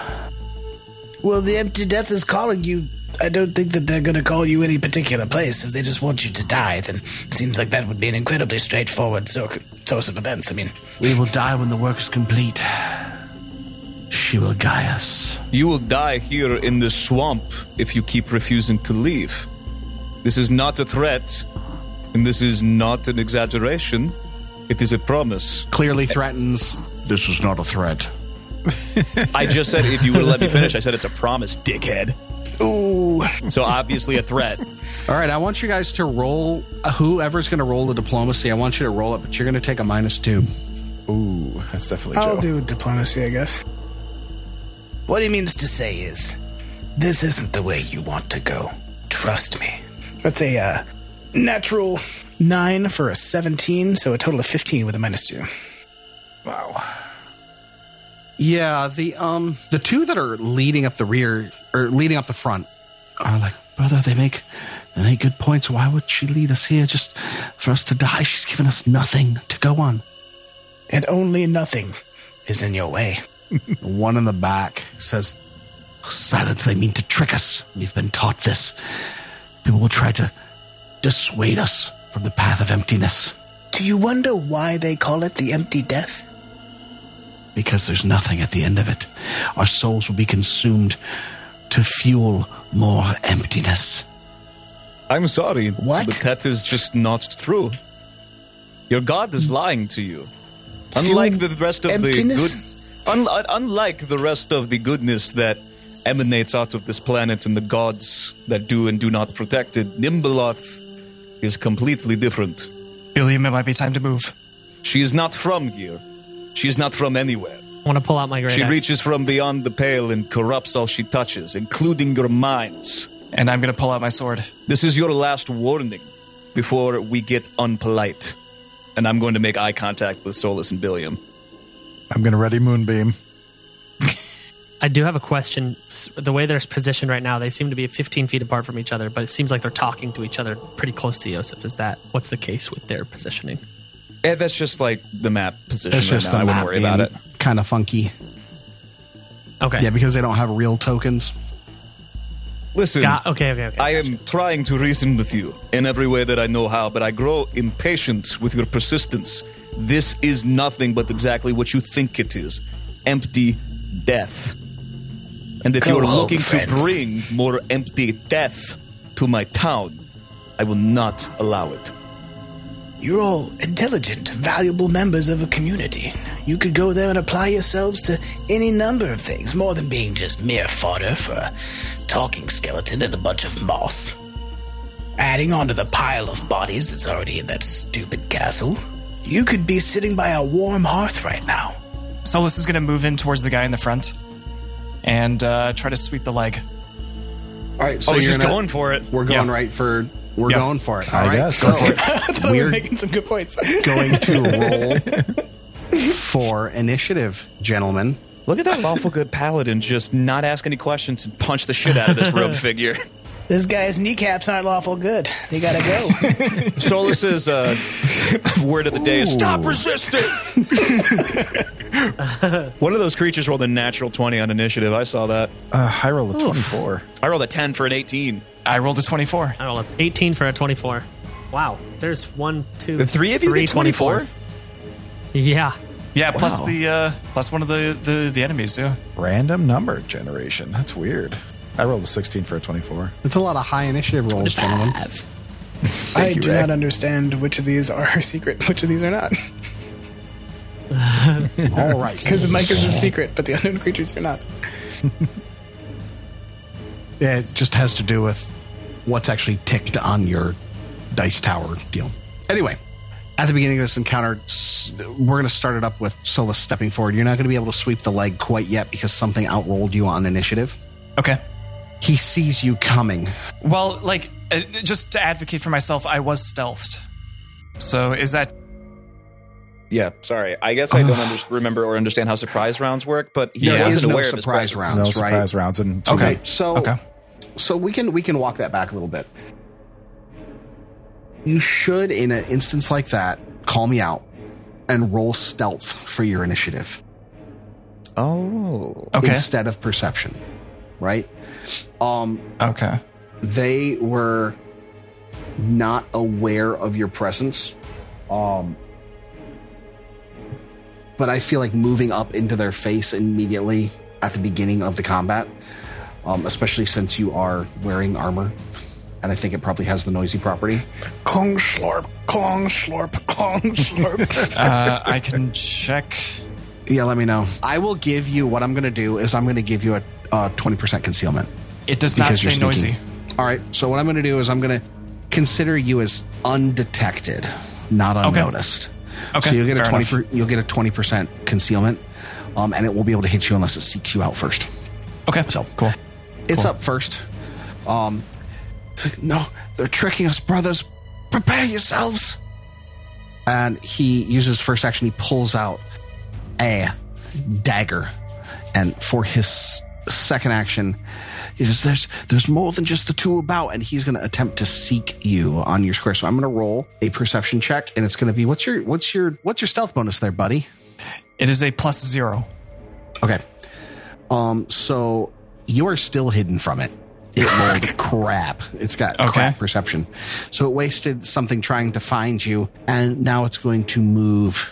Well, the empty death is calling you. I don't think that they're going to call you any particular place. If they just want you to die, then it seems like that would be an incredibly straightforward so- source of events. I mean,
We will die when the work is complete. She will guide us.
You will die here in the swamp if you keep refusing to leave. This is not a threat. And this is not an exaggeration. It is a promise.
Clearly threatens. This is not a threat.
I just said if you would let me finish, I said it's a promise, dickhead.
ooh,
So obviously a threat.
All right, I want you guys to roll. uh, Whoever's going to roll the diplomacy, I want you to roll it, but you're going to take a minus two.
Ooh, that's definitely
I'll
Joe.
do diplomacy, I guess.
What he means to say is, this isn't the way you want to go. Trust me.
That's a uh, natural nine for a 17, so a total of 15 with a minus two.
Yeah, the um the two that are leading up the rear or leading up the front are Ah, like, brother, they make they make good points. Why would she lead us here just for us to die? She's given us nothing to go on.
And only nothing is in your way.
The one in the back says, Silence, they mean to trick us. We've been taught this. People will try to dissuade us from the path of emptiness
Do you wonder why they call it the empty death?
because there's nothing at the end of it. Our souls will be consumed to fuel more emptiness.
I'm sorry.
What?
But that is just not true. Your God is lying to you.
Fuel
Unlike the rest of
emptiness?
the good, un, uh, unlike the rest of the goodness that emanates out of this planet and the gods that do and do not protect it, Nimbaloth is completely different.
Billiam, it might be time to move.
She is not from here. She is not from anywhere.
I want to pull out my great
She
axe.
reaches from beyond the pale and corrupts all she touches, including your minds.
And I'm going to pull out my sword.
This is your last warning before we get unpolite. And I'm going to make eye contact with Solus and Billiam.
I'm gonna ready moonbeam.
I do have a question. S- The way they're positioned right now, they seem to be 15 feet apart from each other, but it seems like they're talking to each other pretty close to Yosef. Is that what's the case with their positioning?
Eh, that's just like the map position
It's
right
just
now. I
the
wouldn't
map
worry about it.
Kind of funky.
Okay.
Yeah, because they don't have real tokens.
Listen,
Got- okay, okay, okay.
I am trying to reason with you in every way that I know how, but I grow impatient with your persistence. This is nothing but exactly what you think it is empty death. And if
Go
you're
home,
looking
friends.
to bring more empty death to my town, I will not allow it.
You're all intelligent, valuable members of a community. You could go there and apply yourselves to any number of things, more than being just mere fodder for a talking skeleton and a bunch of moss. Adding on to the pile of bodies that's already in that stupid castle, you could be sitting by a warm hearth right now.
Solus is going to move in towards the guy in the front and uh, try to sweep the leg.
All right, so
oh,
you're
she's
gonna-
going for it.
We're going
Yeah.
right for. We're
Yeah.
going for it.
I
All right,
guess.
so
Go for
we're
Making some good points.
going to roll for initiative, gentlemen.
Look at that lawful good paladin just not ask any questions and punch the shit out of this robe figure.
this guy's kneecaps aren't lawful good. They gotta go.
Solus's uh, word of the day is stop resisting. One of those creatures rolled a natural 20 on initiative. I saw that.
Uh, I rolled a 24.
I rolled a 10 for an 18.
I rolled a 24.
I rolled a 18 for a 24. Wow. There's one, two,
The three of you did 24?
24s. Yeah.
Yeah, plus
Wow.
the uh, plus one of the, the, the enemies, yeah.
Random number generation. That's weird. I rolled a 16 for a 24.
It's a lot of high initiative rolls, gentlemen.
I
you,
do
Ray.
not understand which of these are secret, which of these are not.
All right.
Because Micah's is secret, but the unknown creatures are not.
Yeah, it just has to do with what's actually ticked on your dice tower deal. Anyway, at the beginning of this encounter, s- we're going to start it up with Solus stepping forward. You're not going to be able to sweep the leg quite yet because something outrolled you on initiative.
Okay.
He sees you coming.
Well, like, uh, just to advocate for myself, I was stealthed. So is that
Yeah, sorry. I guess I don't under- remember or understand how surprise rounds work, but he
There
wasn't
is no
aware of his
surprise
presence.
round.
No
That's right.
surprise rounds. And
Okay, so
Okay.
so we can we can walk that back a little bit. You should, in an instance like that, call me out and roll stealth for your initiative
Oh.
okay?
instead of perception, right? Um,
Okay.
they were not aware of your presence. Um, but I feel like moving up into their face immediately at the beginning of the combat, um, especially since you are wearing armor, and I think it probably has the noisy property.
Klong slorp, klong slorp, klong slorp.
Uh, I can check.
Yeah, let me know. I will give you what I'm going to do is I'm going to give you a twenty percent concealment.
It does not
Because you're
say
sneaking.
noisy.
All right. So what I'm going to do is I'm going to consider you as undetected, not unnoticed.
Okay,
So you'll get a
fair
twenty.
enough.
Per, you'll get a twenty percent concealment, um, and it won't be able to hit you unless it seeks you out first.
Okay.
So
cool.
It's up first. Um, it's like, no, they're tricking us, brothers. Prepare yourselves. And he uses first action. He pulls out a dagger, and for his second action, he says, "There's there's more than just the two about." And he's going to attempt to seek you on your square. So I'm going to roll a perception check, and it's going to be what's your what's your what's your stealth bonus there, buddy?
It is a plus zero.
Okay. Um. So you are still hidden from it. It rolled crap. It's got
Okay.
crap perception. So it wasted something trying to find you, and now it's going to move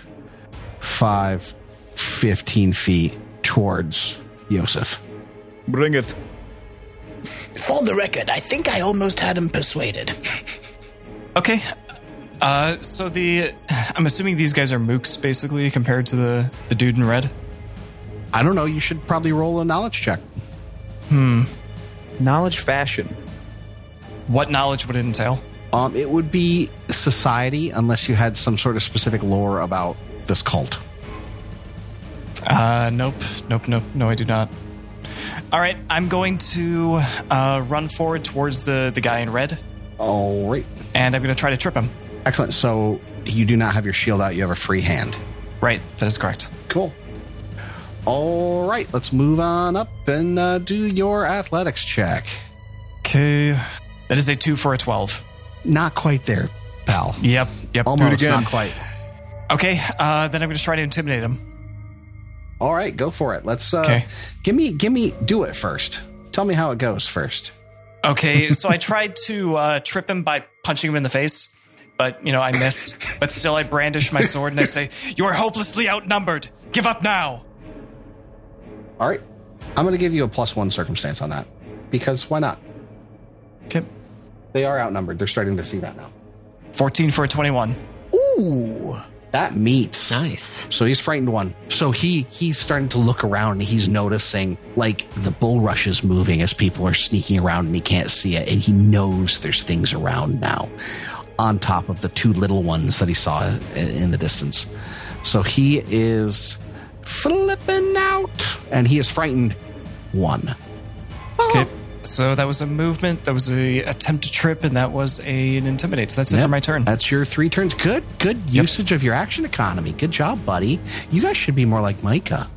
5, 15 feet towards Yosef.
Bring it.
For the record, I think I almost had him persuaded.
Okay. Uh, so the I'm assuming these guys are mooks basically compared to the the dude in red.
I don't know. You should probably roll a knowledge check.
Knowledge fashion.
What knowledge would it entail?
Um, it would be society, unless you had some sort of specific lore about this cult.
Uh, nope, nope, nope. No, I do not. All right, I'm going to uh, run forward towards the the guy in red,
All right.
and I'm going to try to trip him.
Excellent. So you do not have your shield out. You have a free hand.
Right, that is correct.
Cool. All right, let's move on up and uh, do your athletics check.
Okay, that is a two for a twelve.
Not quite there, pal.
Yep, yep.
Almost
Dude,
not quite.
Okay, uh, then I'm going to try to intimidate him.
All right, go for it. Let's uh,
Okay.
give me give me do it first. Tell me how it goes first.
Okay, so I tried to uh, trip him by punching him in the face, but you know I missed. but still, I brandish my sword and I say, "You are hopelessly outnumbered. Give up now."
All right, I'm going to give you a plus one circumstance on that because why not?
Okay,
They are outnumbered. They're starting to see that now.
fourteen for a twenty-one.
Ooh.
That meets.
Nice.
So he's frightened one. So he he's starting to look around and he's noticing like the bulrush is moving as people are sneaking around and he can't see it and he knows there's things around now on top of the two little ones that he saw i- in the distance. So he is flipping out and he is frightened one.
Okay. So that was a movement. That was a attempt to trip, and that was a, an intimidate. So that's it
Yep.
for my turn.
That's your three turns. Good good usage of your action economy. Good job, buddy. You guys should be more like Micah.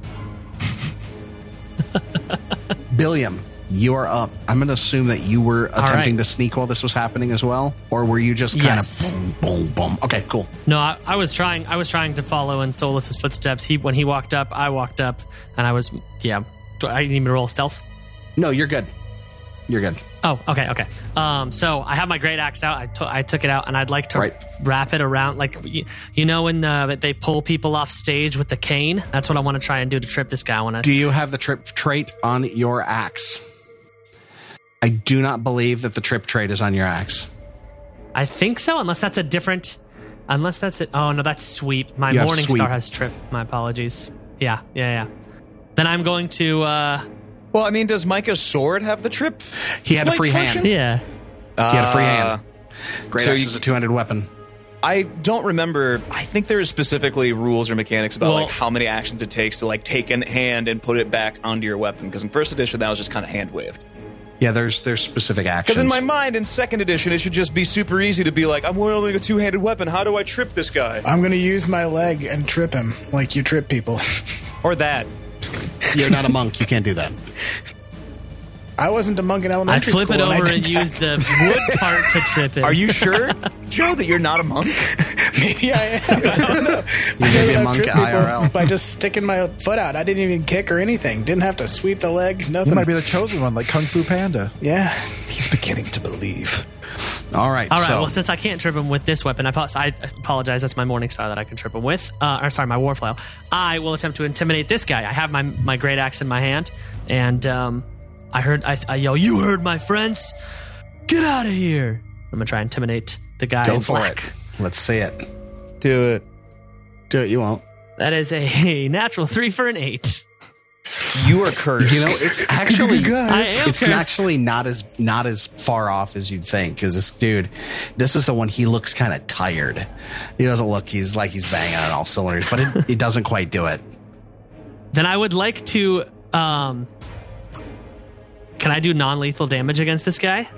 Billiam, you are up. I'm going to assume that you were attempting
right.
to sneak while this was happening as well, or were you just kind of
Yes.
boom, boom, boom? Okay, cool.
No, I, I was trying. I was trying to follow in Solus's footsteps. He when he walked up, I walked up, and I was yeah. Do I didn't even roll stealth.
No, you're good. You're good.
Oh, okay, okay. Um, so I have my great axe out. I took I took it out, and I'd like to
Right.
wrap it around, like you, you know, when uh, that they pull people off stage with the cane. That's what I want to try and do to trip this guy. I want
Do
to.
you have the trip trait on your axe? I do not believe that the trip trait is on your axe.
I think so, unless that's a different. Unless that's it. Oh no, that's sweep. My
You have
morning
sweep.
star has trip. My apologies. Yeah, yeah, yeah. Then I'm going to. uh
Well, I mean, does Micah's sword have the trip?
He had a
Like
free
function?
hand.
Yeah.
He had a free hand. Great
Uh, so
axe
you-
is a two handed weapon.
I don't remember. I think there is specifically rules or mechanics about
Well-
like how many actions it takes to like take an hand and put it back onto your weapon. Because in first edition, that was just kind of hand waved.
Yeah, there's there's specific actions.
Because in my mind, in second edition, it should just be super easy to be like, I'm wielding a two handed weapon. How do I trip this guy?
I'm gonna use my leg and trip him like you trip people.
Or that.
You're not a monk. You can't do that.
I wasn't a monk in
I
elementary
flip it
school. and I
over
did
and
that.
use the wood part to trip it.
Are you sure, Joe, that you're not a monk?
Maybe I am. I don't know.
may
Maybe
be a
I
monk
trip
at
people
IRL.
by just sticking my foot out. I didn't even kick or anything. Didn't have to sweep the leg. Nothing.
You might be the chosen one, like Kung Fu Panda.
yeah.
He's beginning to believe.
All right.
All right.
so-
well, since I can't trip him with this weapon, I, apo- I apologize. That's my morning star that I can trip him with. Uh, or sorry, my warflow. I will attempt to intimidate this guy. I have my my great axe in my hand, and um, I heard I, I yell, "You heard my friends! Get out of here!" I'm gonna try and intimidate the guy.
Go
in
for
black.
it. Let's see it.
Do it.
Do it. You won't.
That is a, natural three for an eight.
You are cursed.
You know, it's actually
I am
it's
cursed.
actually not as not as far off as you'd think. Because this dude, this is the one he looks kind of tired. He doesn't look. He's like he's banging on all cylinders, but it, it doesn't quite do it.
Then I would like to. Um, can I do non-lethal damage against this guy?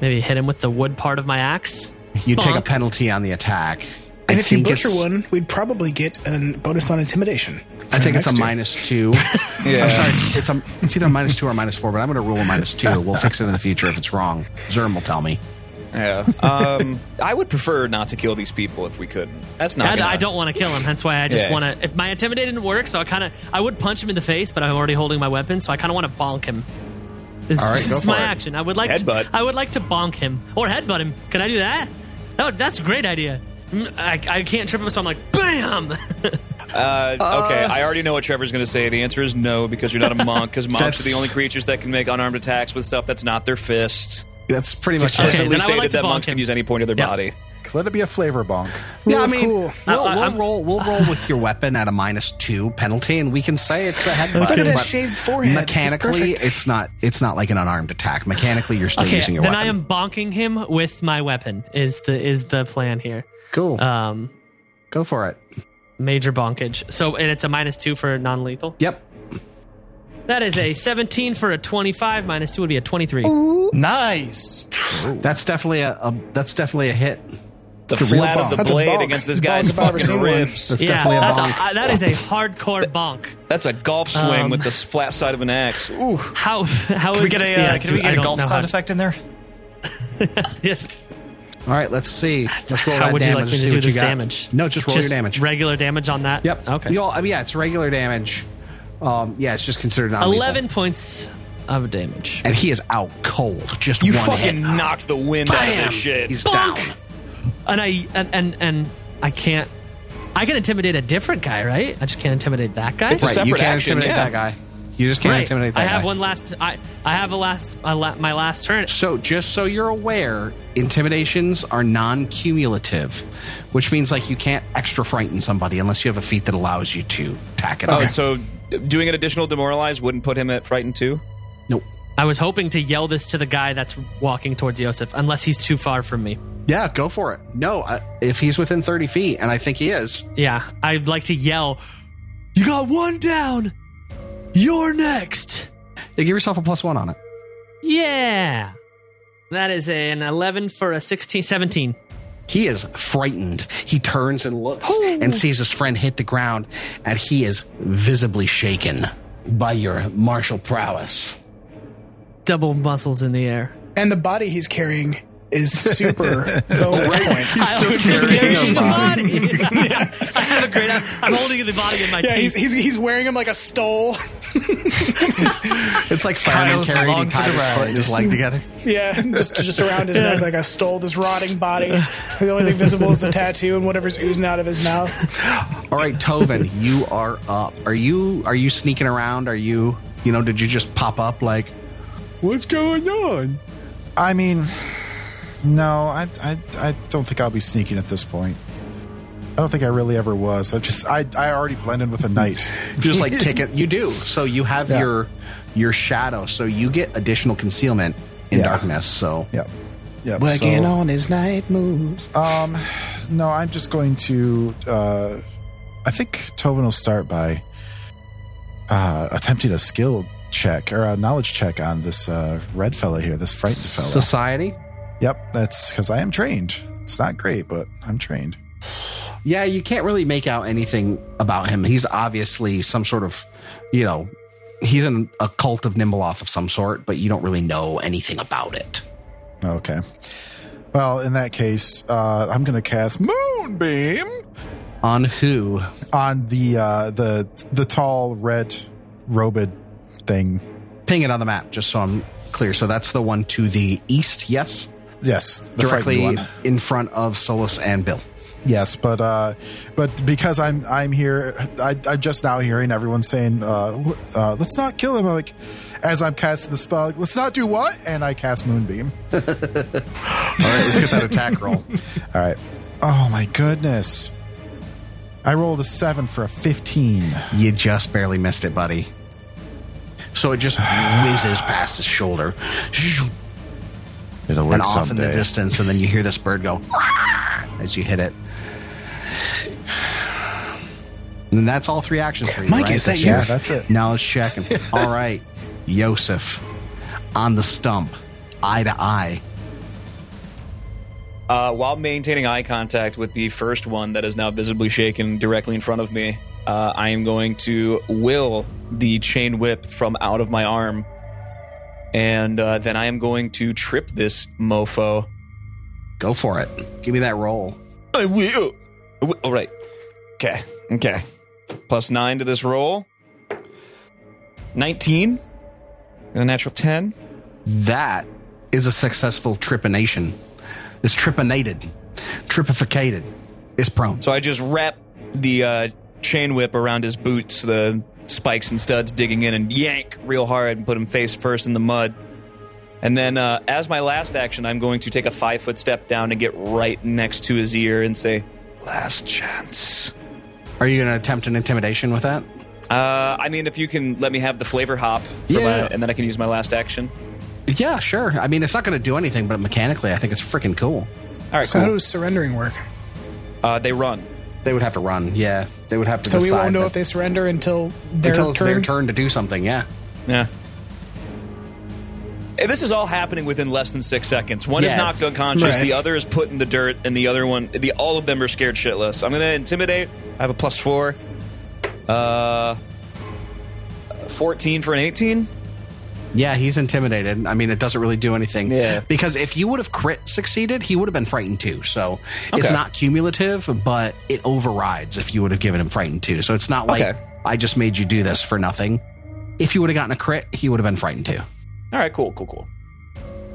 Maybe hit him with the wood part of my axe.
You take a
Bonk.
penalty on the attack. I
And if you
think
butcher
it's-
one, we'd probably get a bonus on intimidation.
I think it's a
Next year.
minus two. I'm sorry, it's, it's, a, it's either a minus two or a minus four, but I'm going to rule a minus two. We'll fix it in the future if it's wrong. Zerm will tell me.
Yeah. Um, I would prefer not to kill these people if we could. That's not.
I,
gonna-
I don't want to kill him, hence why I just
Yeah.
want to. If my intimidate didn't work, so I kind of I would punch him in the face, but I'm already holding my weapon, so I kind of want to bonk him. This,
All right,
this
go
is
for
my
it.
action. I would like To,
Headbutt.
I would like to bonk him or headbutt him. Can I do that? That would, that's a great idea. Mm, I, I can't trip him, so I'm like, bam.
Uh, okay, I already know what Trevor's going to say. The answer is no because you're not a monk. Because monks are the
That's-
only creatures that can make unarmed attacks with stuff that's not their fist.
That's pretty much
Okay,
it.
Explicitly
then I would
stated
like to
that
bonk
monks
him.
can use any point of their
Yeah.
body.
Let it be a flavor bonk.
Yeah,
Rule
I
of
mean,
cool.
we'll,
I- I-
we'll
I'm-
roll we'll roll with your weapon at a minus two penalty, and we can say it's a headbutt.
Look at that
but
shaved forehead. It's
Mechanically,
perfect.
it's, not it's not like an unarmed attack. Mechanically, you're still
okay,
using
then
your
I
weapon.
am bonking him with my weapon. Is the is the plan here?
cool.
Um,
Go for it.
major bonkage. So and it's a minus two for non-lethal.
Yep.
That is a 17 for a 25. Minus two would be a 23.
Nice.
That's definitely a, a that's definitely a hit.
The
real
flat of
bonk.
the
That's a
blade
bonk.
against this
Bonk
guy's
if I've ever
fucking
seen one.
ribs.
That's
yeah,
definitely a
that's
bonk.
uh, that is a hardcore bonk.
That's a golf swing
Um,
with the s- flat side of an axe. Ooh,
How how
Can we get a uh, can we get a golf sound effect in there?
Yes.
All right, let's see. Let's roll
How
that
would you
damage
like me
and
to
see
do
what you
this
got.
damage?
No, just roll
Just
your damage.
Regular damage on that.
Yep.
Okay.
You all, I mean, yeah, it's regular damage. Um, yeah, it's just considered non
Eleven points of damage.
And he is out cold. Just
you
one
fucking
hit.
knocked the wind out of
Bam!
this shit.
He's
Bonk!
down.
And I and, and and I can't. I can intimidate a different guy, right? I just can't intimidate that guy.
It's a
right, you
separate
can't
action,
intimidate
yeah.
that guy. You just can't
Right.
intimidate that
I
guy.
have one last. I I have a last. A la, my last turn.
So, just so you're aware, intimidations are non cumulative, which means like you can't extra frighten somebody unless you have a feat that allows you to tack it
Oh,
on.
so doing an additional demoralize wouldn't put him at frightened too.
Nope.
I was hoping to yell this to the guy that's walking towards Yosef, unless he's too far from me.
Yeah, go for it. No, uh, if he's within 30 feet, and I think he is,
Yeah, I'd like to yell, You got one down! You're next!
you give yourself a plus one on it.
Yeah! That is an 11 for a 16, 17.
He is frightened. He turns and looks and sees his friend hit the ground, and he is visibly shaken by your martial prowess.
Double muscles in the air.
and the body he's carrying is super bonus points.
I also
carrying
carry
a
the
body.
body. Yeah, I have a great. I'm holding the body in my
Yeah, he's,
teeth.
he's, he's wearing him like a stole.
It's like fireman
Kyle's
carrying
along
he
for the
tied his
ride.
foot and his leg together.
Yeah, just just around his neck like I stole this rotting body. The only thing visible is the tattoo and whatever's oozing out of his mouth.
All right, Tovin, you are up. Are you are you sneaking around? Are you you know? Did you just pop up like? What's going on?
I mean, no, I, I, I don't think I'll be sneaking at this point. I don't think I really ever was. I just, I, I already blended with a knight.
Just like kick it. You do. So you have
Yeah.
your your shadow. So you get additional concealment in
Yeah.
darkness. So
Yep. Yep.
Working
so-
on his night moves.
Um, no, I'm just going to. Uh, I think Tobin will start by uh, attempting a skill check or a knowledge check on this uh, red fella here, this frightened fella.
society.
yep, that's because I am trained. It's not great, but I'm trained.
Yeah, you can't really make out anything about him. He's obviously some sort of, you know, he's in a cult of Nimbleoth of some sort, but you don't really know anything about it.
Okay. Well, in that case, uh, I'm going to cast Moonbeam
On who?
on the uh, the the tall red robed thing.
Ping it on the map just so I'm clear. So that's the one to the east, yes?
Yes, the frightened
directly
one.
in front of Solus and Bill.
Yes, but uh, but because I'm I'm here, I, I'm just now hearing everyone saying, uh, w- uh, "Let's not kill him." I'm like, as I'm casting the spell, like, let's not do what? And I cast Moonbeam.
All right, let's get that attack roll.
All right. Oh my goodness. I rolled a seven for a 15.
You just barely missed it, buddy. So it just whizzes past his shoulder
It'll
and
work
off in the
someday.
distance, and then you hear this bird go as you hit it. And that's all three actions for you.
Mike,
right?
is that
Yeah,
you?
that's it.
Now let's check him. All right, Yosef on the stump, eye to eye.
Uh, while maintaining eye contact with the first one that is now visibly shaken directly in front of me, uh, I am going to will the chain whip from out of my arm. And uh, then I am going to trip this mofo.
Go for it. Give me that roll.
I will. All right. Okay. Okay. Plus nine to this roll. 19 and a natural 10.
That is a successful tripination. It's tripinated, tripificated. It's prone.
So I just wrap the uh, chain whip around his boots, the spikes and studs digging in, and yank real hard and put him face first in the mud. And then, uh, as my last action, I'm going to take a five foot step down and get right next to his ear and say, "Last chance."
Are you going to attempt an intimidation with that?
Uh, I mean, if you can let me have the flavor hop, for
Yeah.
my, and then I can use my last action.
Yeah, sure. I mean, it's not going to do anything, but mechanically, I think it's freaking cool.
All right,
So how
cool.
does surrendering work?
Uh, they run.
They would have to run. Yeah, they would have to
So we
decide
won't know
that-
if they surrender until their
until it's
turn.
their turn to do something. Yeah,
Yeah. Hey, This is all happening within less than six seconds. One is
Yeah.
knocked unconscious,
Right.
the other is put in the dirt, and the other one, the all of them are scared shitless. I'm gonna intimidate. I have a plus four, uh, fourteen for an eighteen.
yeah. He's intimidated. I mean, it doesn't really do anything.
Yeah.
Because if you would have crit succeeded, he would have been frightened too. So it's
Okay.
not cumulative, but it overrides if you would have given him frightened too. So it's not like
Okay.
I just made you do this for nothing. If you would have gotten a crit, he would have been frightened too.
All right, cool, cool, cool.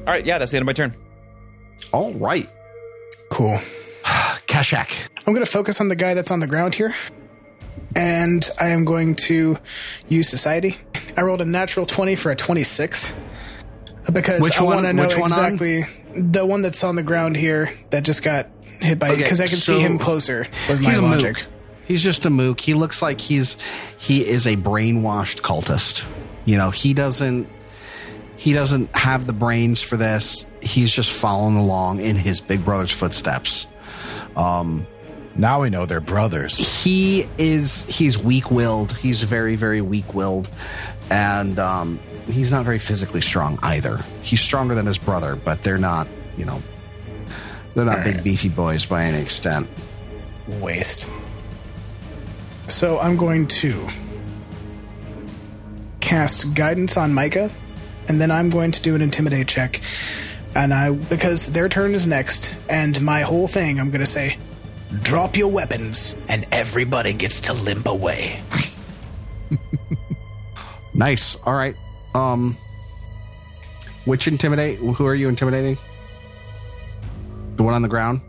All right, yeah, that's the end of my turn.
All right,
Cool.
Kashak.
I'm going to focus on the guy that's on the ground here. And I am going to use society. I rolled a natural 20 for a 26. Because
Which
I
one-
want to know
which one on?
exactly the one that's on the ground here that just got hit by
Okay,
because I can
so-
see him closer was my
he's a
logic.
mook. He's just a mook. He looks like he's he is a brainwashed cultist. You know, he doesn't he doesn't have the brains for this. He's just following along in his big brother's footsteps. Um,
Now we know they're brothers.
He is he's weak-willed. He's very very weak-willed and um he's not very physically strong either. He's stronger than his brother, but they're not, you know, they're not big beefy boys by any extent.
Waste. So I'm going to cast guidance on Micah, and then I'm going to do an intimidate check. And I, because their turn is next, and my whole thing, I'm going to say, drop your weapons.
And everybody gets to limp away.
Nice. All right. Um which intimidate? Who are you intimidating? The one on the ground?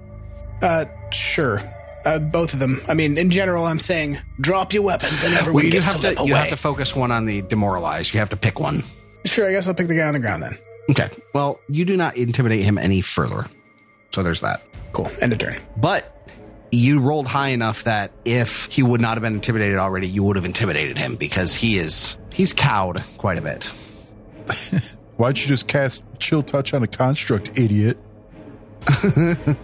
Uh, sure. Uh, both of them. I mean, in general, I'm saying drop your weapons, and everyone
you
gets
have
to
to
limp
you have
away.
to focus one on the demoralized. You have to pick one.
Sure, I guess I'll pick the guy on the ground then.
Okay. Well, you do not intimidate him any further. So there's that.
Cool. End of turn.
But you rolled high enough that if he would not have been intimidated already, you would have intimidated him because he is he's cowed quite a bit.
Why'd you just cast Chill Touch on a construct, idiot?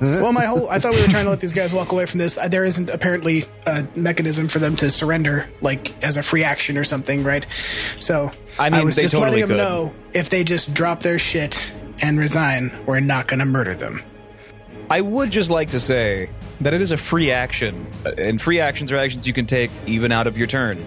well, my whole I thought we were trying to let these guys walk away from this. Uh, There isn't apparently a mechanism for them to surrender, like as a free action or something, right? So
I mean,
was
they
just
totally
letting them
could.
know if they just drop their shit and resign, we're not going to murder them.
I would just like to say that it is a free action, uh, and free actions are actions you can take even out of your turn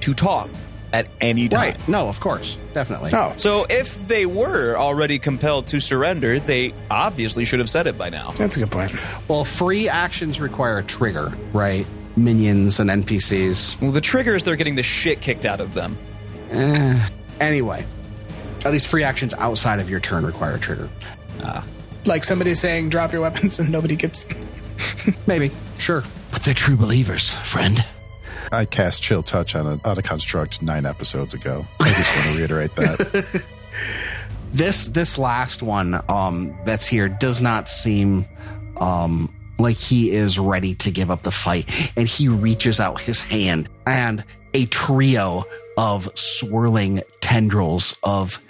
to talk at any time.
Right. No, of course. Definitely.
Oh,
So if they were already compelled to surrender, they obviously should have said it by now.
that's a good point.
Well, free actions require a trigger, right? Minions and NPCs.
Well, the trigger is they're getting the shit kicked out of them.
Eh, Anyway, at least free actions outside of your turn require a trigger.
Ah.
Like somebody saying, "Drop your weapons," and nobody gets.
Maybe, sure. But they're true believers, friend.
I cast Chill Touch on a, on a construct nine episodes ago. I just want to reiterate that.
This this last one um, that's here does not seem um, like he is ready to give up the fight. And he reaches out his hand, and a trio of swirling tendrils of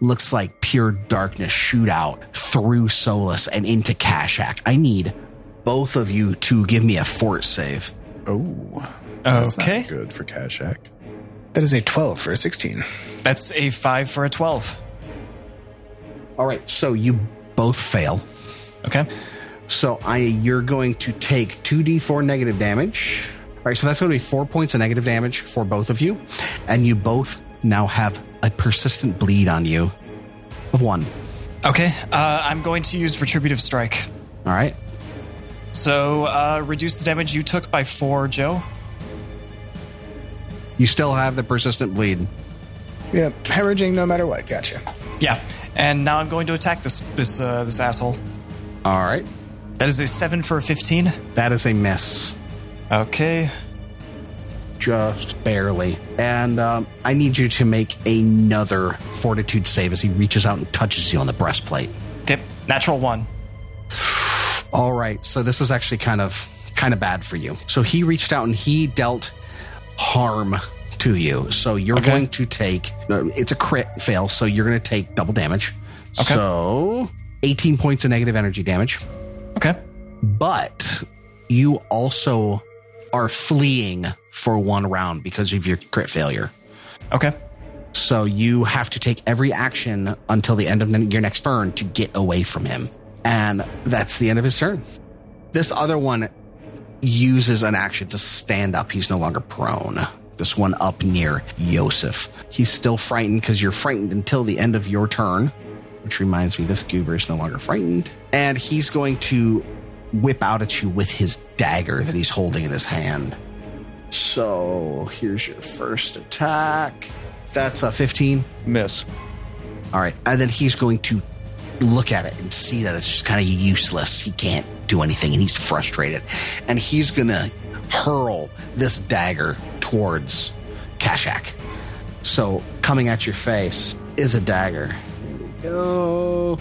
looks like pure darkness shoot out through Solus and into Kashak. I need both of you to give me a fort save.
Oh, that's not
Okay.
good for Kashak.
That is a 12 for a 16.
That's a five for a 12.
All right, so you both fail.
Okay.
So I you're going to take 2d4 negative damage. All right, so that's going to be 4 points of negative damage for both of you and you both now have a persistent bleed on you of 1.
Okay. Uh, I'm going to use Retributive Strike.
All right.
So uh, reduce the damage you took by four, Joe.
You still have the persistent bleed.
Yep, hemorrhaging no matter what. Gotcha.
Yeah. And now I'm going to attack this this uh, this asshole.
All right.
That is a seven for a 15.
That is a miss.
Okay.
Just barely. And um, I need you to make another fortitude save as he reaches out and touches you on the breastplate.
Okay. Natural one.
All right, so this is actually kind of kind of bad for you. So he reached out and he dealt harm to you. So you're
Okay.
going to take uh, it's a crit fail, so you're going to take double damage.
Okay.
So 18 points of negative energy damage,
Okay.
but you also are fleeing for one round because of your crit failure.
Okay.
So you have to take every action until the end of your next turn to get away from him. And that's the end of his turn. This other one uses an action to stand up. He's no longer prone. This one up near Yosef. He's still frightened because you're frightened until the end of your turn, which reminds me this goober is no longer frightened. And he's going to whip out at you with his dagger that he's holding in his hand. So here's your first attack. That's a 15.
Miss.
All right. And then he's going to look at it and see that it's just kind of useless. He can't do anything and he's frustrated. And he's going to hurl this dagger towards Kashak. So coming at your face is a dagger. There we go.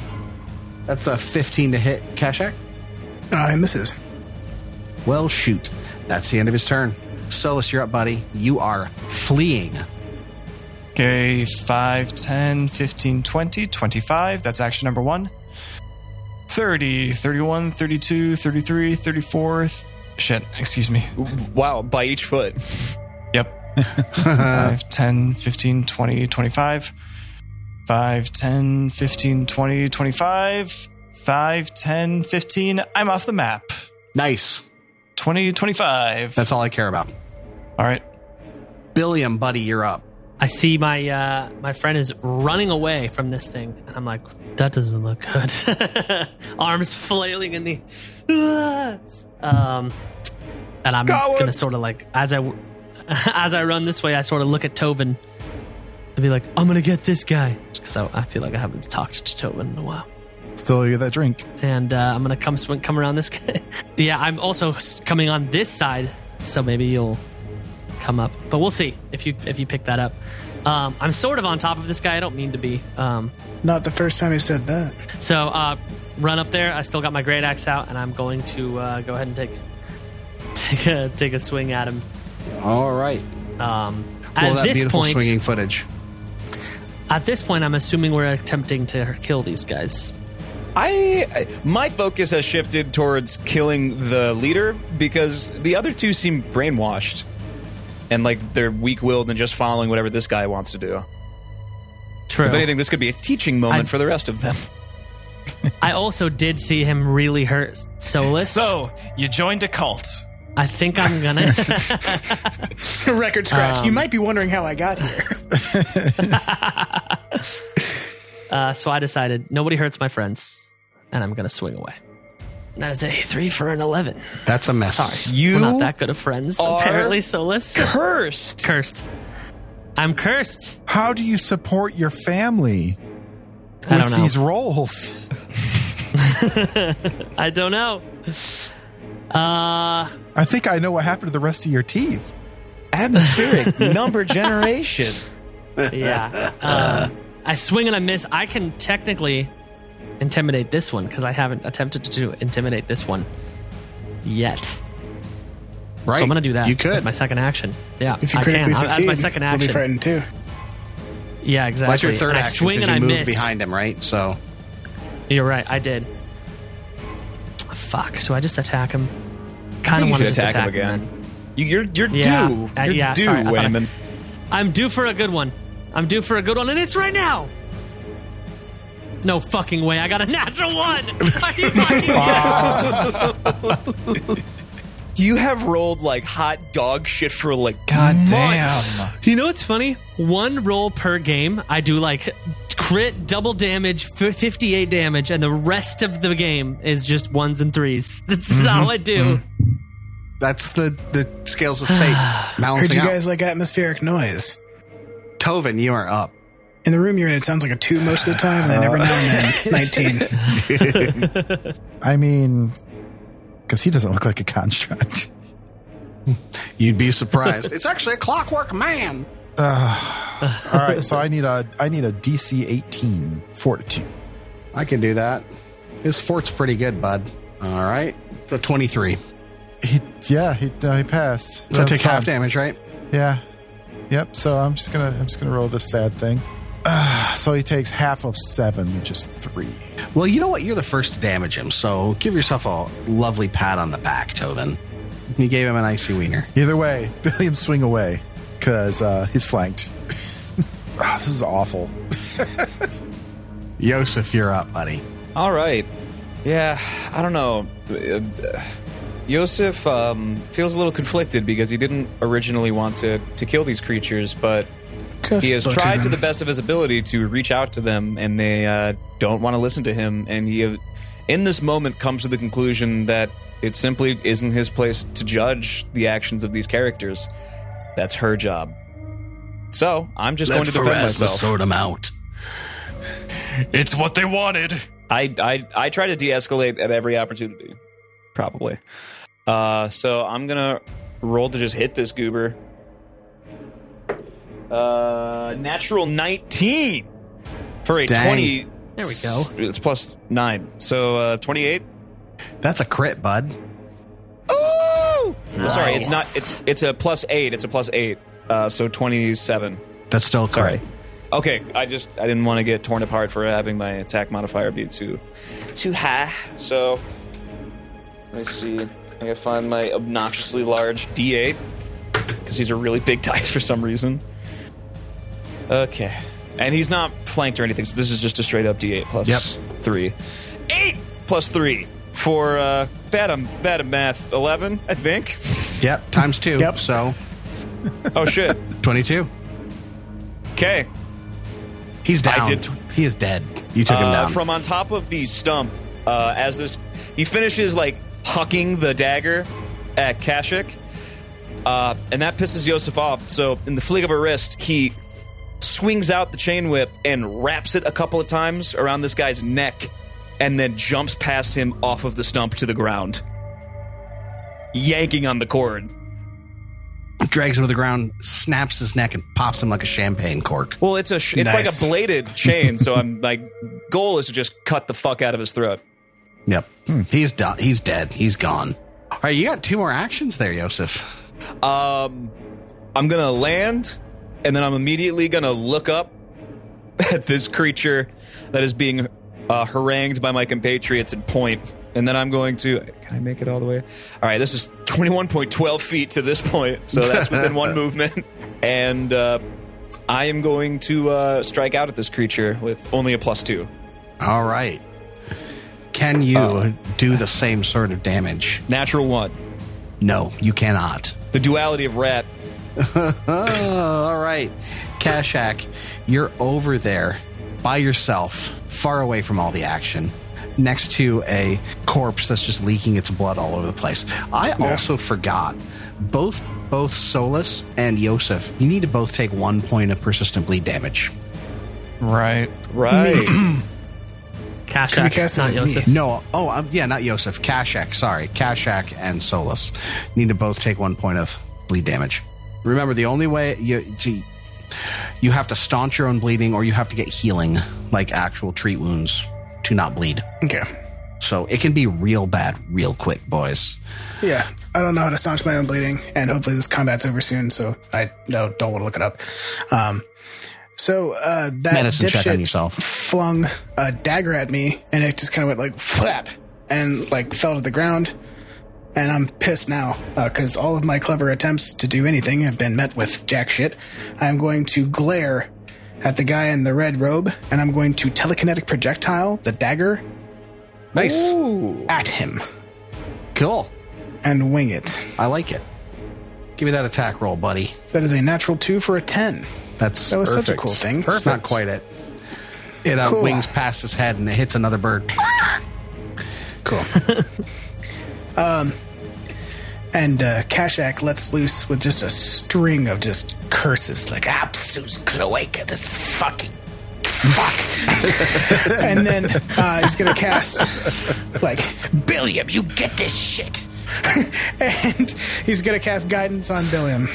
That's a 15 to hit Kashak.
Uh, it misses.
Well, shoot. That's the end of his turn. Solus, you're up, buddy. You are fleeing.
Okay. 5, 10, 15, 20, 25. That's action number one. 30, 31, 32, 33, 34. th- Shit. Excuse me.
Wow, by each foot.
Yep. 5, 10, 15, 20, 25. 5, 10, 15, 20, 25. 5, 10, 15. I'm off the map.
Nice.
20, 25.
That's all I care about.
all right.
Billiam, buddy, you're up.
I see my uh, my friend is running away from this thing, and I'm like, that doesn't look good. Arms flailing in the, Ah! um, and I'm gonna sort of like as I as I run this way, I sort of look at Tobin and be like, I'm gonna get this guy because I, I feel like I haven't talked to Tobin in a while,
Still you that drink.
and uh, I'm gonna come swing, come around this guy. yeah, I'm also s- coming on this side, so maybe you'll come up. But we'll see if you if you pick that up. Um, I'm sort of on top of this guy. I don't mean to be. Um,
Not the first time he said that.
so uh, run up there. I still got my great axe out, and I'm going to uh, go ahead and take take a, take a swing at him.
All right.
Um,
Well,
at
that
this
beautiful
point,
swinging footage.
at this point, I'm assuming we're attempting to kill these guys.
I my focus has shifted towards killing the leader because the other two seem brainwashed and like they're weak-willed and just following whatever this guy wants to do.
True.
If anything, this could be a teaching moment
I-
for the rest of them.
I also did see him really hurt Solus.
So, you joined a cult.
I think I'm gonna.
Record scratch.
Um,
you might be wondering how I got here.
Uh, so I decided nobody hurts my friends, and I'm gonna swing away. That is a three for an eleven.
That's a mess.
We're not
You
that good of friends,
are-
apparently. Solus
cursed.
cursed. I'm cursed.
How do you support your family
I
with
don't know.
these roles?
I don't know. Uh,
I think I know what happened to the rest of your teeth.
Atmospheric number generation.
yeah. Um, I swing and I miss. I can technically intimidate this one because I haven't attempted to intimidate this one. yet.
Right.
So I'm gonna do that.
You
That's
could.
my second action. Yeah,
If you
I
critically
can. I-
succeed,
That's my second
You'll
action.
be frightened too.
yeah, exactly.
That's your third
and I
action
swing
because
and
you
I
moved
miss.
behind him, right? So
You're right. I did. Fuck. Do I just attack him? Kind
think
of
you
want to
should
just
attack
attack
him again.
then.
You, you're you're
Yeah.
due.
Uh,
You're
yeah,
due,
sorry, I thought I-
Wayman.
I'm due for a good one. I'm due for a good one, and it's right now. No fucking way! I got a natural one. Are you fucking
You have rolled like hot dog shit for like
God
months.
damn.
You know what's funny? One roll per game, I do like crit, double damage, f- 58 damage, and the rest of the game is just ones and threes. That's
Mm-hmm.
all I do.
that's the the scales of fate
Heard
balancing
you
out.
guys like atmospheric noise.
Tovin, you are up.
In the room you're in, it sounds like a two most of the time, and then every now and then, 19.
I mean, because he doesn't look like a construct.
You'd be surprised. it's actually a clockwork man.
All right, so I need a I need a DC 18 fortitude.
I can do that. His fort's pretty good, bud. All right. So 23.
He, yeah, he, no, he passed.
So
That's
take half
fine.
damage, right?
Yeah, yep. So I'm just gonna I'm just gonna roll this sad thing. Ah, so he takes half of seven, which is three.
Well, you know what? You're the first to damage him, so give yourself a lovely pat on the back, Tovin. You gave him an icy wiener.
Either way, Billiam swing away because uh, he's flanked. Ah, this is awful.
Yosef, you're up, buddy.
All right. Yeah, I don't know. Uh, Yosef um, feels a little conflicted because he didn't originally want to, to kill these creatures, but
Just
he has
butcher
tried to
them.
the best of his ability to reach out to them, and they uh, don't want to listen to him. And he, uh, in this moment, comes to the conclusion that it simply isn't his place to judge the actions of these characters. That's her job. So I'm just going to defend myself.
sort him out.
It's what they wanted.
I, I I try to de-escalate at every opportunity, probably. Uh, so I'm gonna roll to just hit this goober. Uh, natural nineteen for a
Dang.
twenty.
There we go.
It's plus nine, so uh, twenty-eight.
That's a crit, bud.
Oh, sorry, it's not.
Nice.
It's it's a plus eight. It's a plus eight. Uh, so twenty-seven.
That's still a crit.
Sorry. Okay, I just I didn't want to get torn apart for having my attack modifier be too too high. So let me see. I gotta find my obnoxiously large D8 because these are really big dice for some reason. Okay, and he's not flanked or anything, so this is just a straight up D8 plus three. Eight plus three for uh, bad. I'm bad at math. Eleven, I think.
Yep, times two. Yep. So
oh shit.
22.
Okay.
He's down.
I did tw-
he is dead. You took him
Uh,
down.
From on top of the stump, uh, as this, he finishes like hucking the dagger at Kashik, uh, and that pisses Yosef off. So, in the flick of a wrist, he swings out the chain whip and wraps it a couple of times around this guy's neck, and then jumps past him off of the stump to the ground, yanking on the cord.
Drags him to the ground, snaps his neck, and pops him like a champagne cork.
Well, it's a sh- it's like a
Nice.
bladed chain, so I'm my goal is to just cut the fuck out of his throat.
Yep. He's done. He's dead. He's gone. hmm. All right, you got two more actions there, Yosef.
Um, I'm gonna land, and then I'm immediately gonna look up at this creature that is being uh, harangued by my compatriots and point. And then I'm going to. Can I make it all the way? All right, this is 21.12 feet to this point, so that's within one movement. And uh, I am going to uh, strike out at this creature with only a plus two.
All right. Can you do the same sort of damage?
Uh, Natural one.
No, you cannot.
The duality of rat.
all right. Kashak, you're over there by yourself, far away from all the action, next to a corpse that's just leaking its blood all over the place. I also forgot both both Solus and Yosef, you need to both take one point of persistent bleed damage.
Right.
Mm-hmm. Right.
Cash
he
act,
casted
not
at
Yosef.
No, oh, um, yeah, not Yosef. Kashak, sorry. Kashak and Solus need to both take one point of bleed damage. Remember, the only way you to, you have to staunch your own bleeding or you have to get healing, like actual treat wounds, to not bleed.
Okay.
So it can be real bad real quick, boys.
Yeah, I don't know how to staunch my own bleeding, and hopefully this combat's over soon. So I no, don't want to look it up. Um, so uh, that
Medicine check on
dipshit
yourself.
flung a dagger at me, and it just kind of went like flap, and like fell to the ground. And I'm pissed now because all of my clever attempts to do anything have been met with jack shit. I'm going to glare at the guy in the red robe, and I'm going to telekinetic projectile the dagger
Nice.
at him
Cool.
and wing it.
I like it. Give me that attack roll, buddy.
That is a natural two for a 10.
That's
That was
perfect.
such a cool thing.
Perfect. Not quite it. It uh,
Cool.
wings past his head and it hits another bird.
Cool. um, and uh, Kashak lets loose with just a string of just curses, like
Absu's cloaca, this fucking
and then uh, he's gonna cast like
Billiam, you get this shit.
and he's gonna cast guidance on Billiam.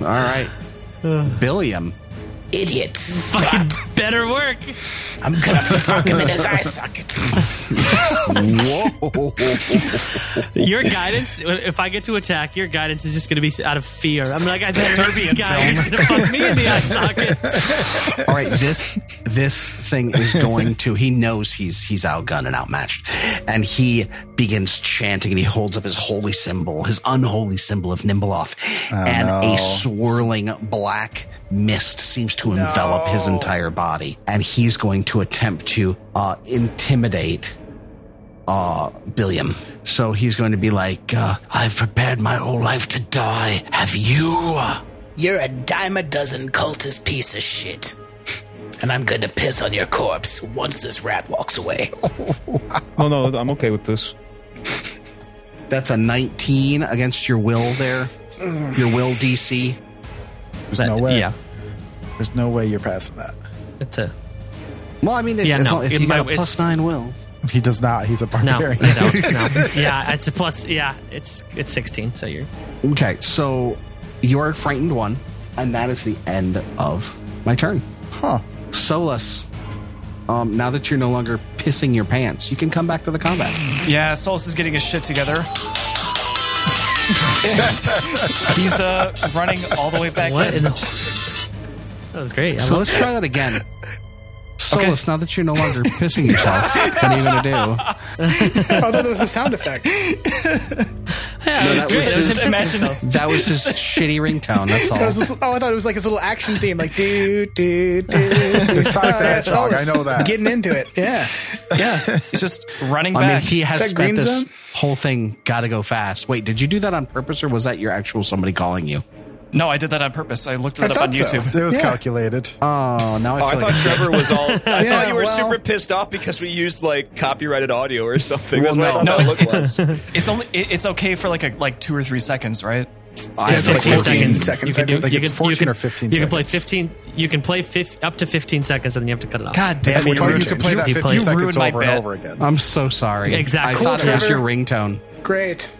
All right. Billiam.
Idiots.
Fucking better work.
I'm gonna fuck him in his eye socket.
Whoa.
Your guidance, if I get to attack, your guidance is just going to be out of fear. I'm like, I better Serbian
Serbian
guy
film.
is going to fuck me in the eye socket.
All right, this this thing is going to. He knows he's he's outgunned and outmatched, and he begins chanting. and He holds up his holy symbol, his unholy symbol of Nimbaloth, and a swirling black mist seems to envelop his entire body. And he's going to attempt to uh, intimidate uh, Billiam. So he's going to be like, uh, "I've prepared my whole life to die. Have you?"
You're a dime a dozen cultist piece of shit. And I'm gonna piss on your corpse once this rat walks away.
No, no, I'm okay with this.
That's a 19 against your will there. Your will DC.
There's no way.
Yeah,
There's no way you're passing that.
that's a
Well, I mean, if,
Yeah,
as
no,
long- if
it
you got
might-
a plus
it's-
nine will.
He does not. He's a
no, I
barbarian.
don't, no. Yeah, it's a plus. Yeah, it's it's 16. So you're
Okay, so you are frightened one, and that is the end of my turn.
Huh.
Solus, um, now that you're no longer pissing your pants, you can come back to the combat.
Yeah, Solus is getting his shit together. He's uh running all the way back
what?
in.
In the, that was great. I
So
love-
let's try that again. Solus, now that you're no longer pissing yourself, what are you going to
Oh, that was a sound effect.
yeah, it was
that
great.
was
It was
just-
him
imagine-
himself.
do? That was his shitty ringtone, that's
That was
all.
this, oh, I thought it was like his little action theme, like do do do. do.
Sonic the
yeah,
Hedgehog, I
Solus
know that.
Getting into it, yeah.
He's just running
I mean,
back.
he has
that
spent
green
this
zone?
whole thing, gotta go fast. Wait, did you do that on purpose, or was that your actual somebody calling you?
no, I did that on purpose. I looked it up
thought
on
so.
YouTube.
It was
Yeah.
calculated.
Oh, now I,
Oh, I
feel
thought
like
Trevor was all. I
Yeah,
thought you were
well-
super pissed off because we used like copyrighted audio or something.
Well,
That's what I
no.
thought that
No,
looked like.
It's only it, it's okay for like a like two or three seconds, right?
I
it's like
think 14.
14 seconds,
You can
I
do.
think.
Like
you
it's
can,
14
you can,
or 15
You can play
seconds.
15. You can play fif- up to 15 seconds, and then you have to cut it off.
God damn it!
Oh, you
ruined-
could play that
you
15
played-
seconds
ruined my
over and
bet.
over again.
I'm so sorry.
Exactly.
I thought
Cool,
it was your
Trevor.
ringtone.
Great.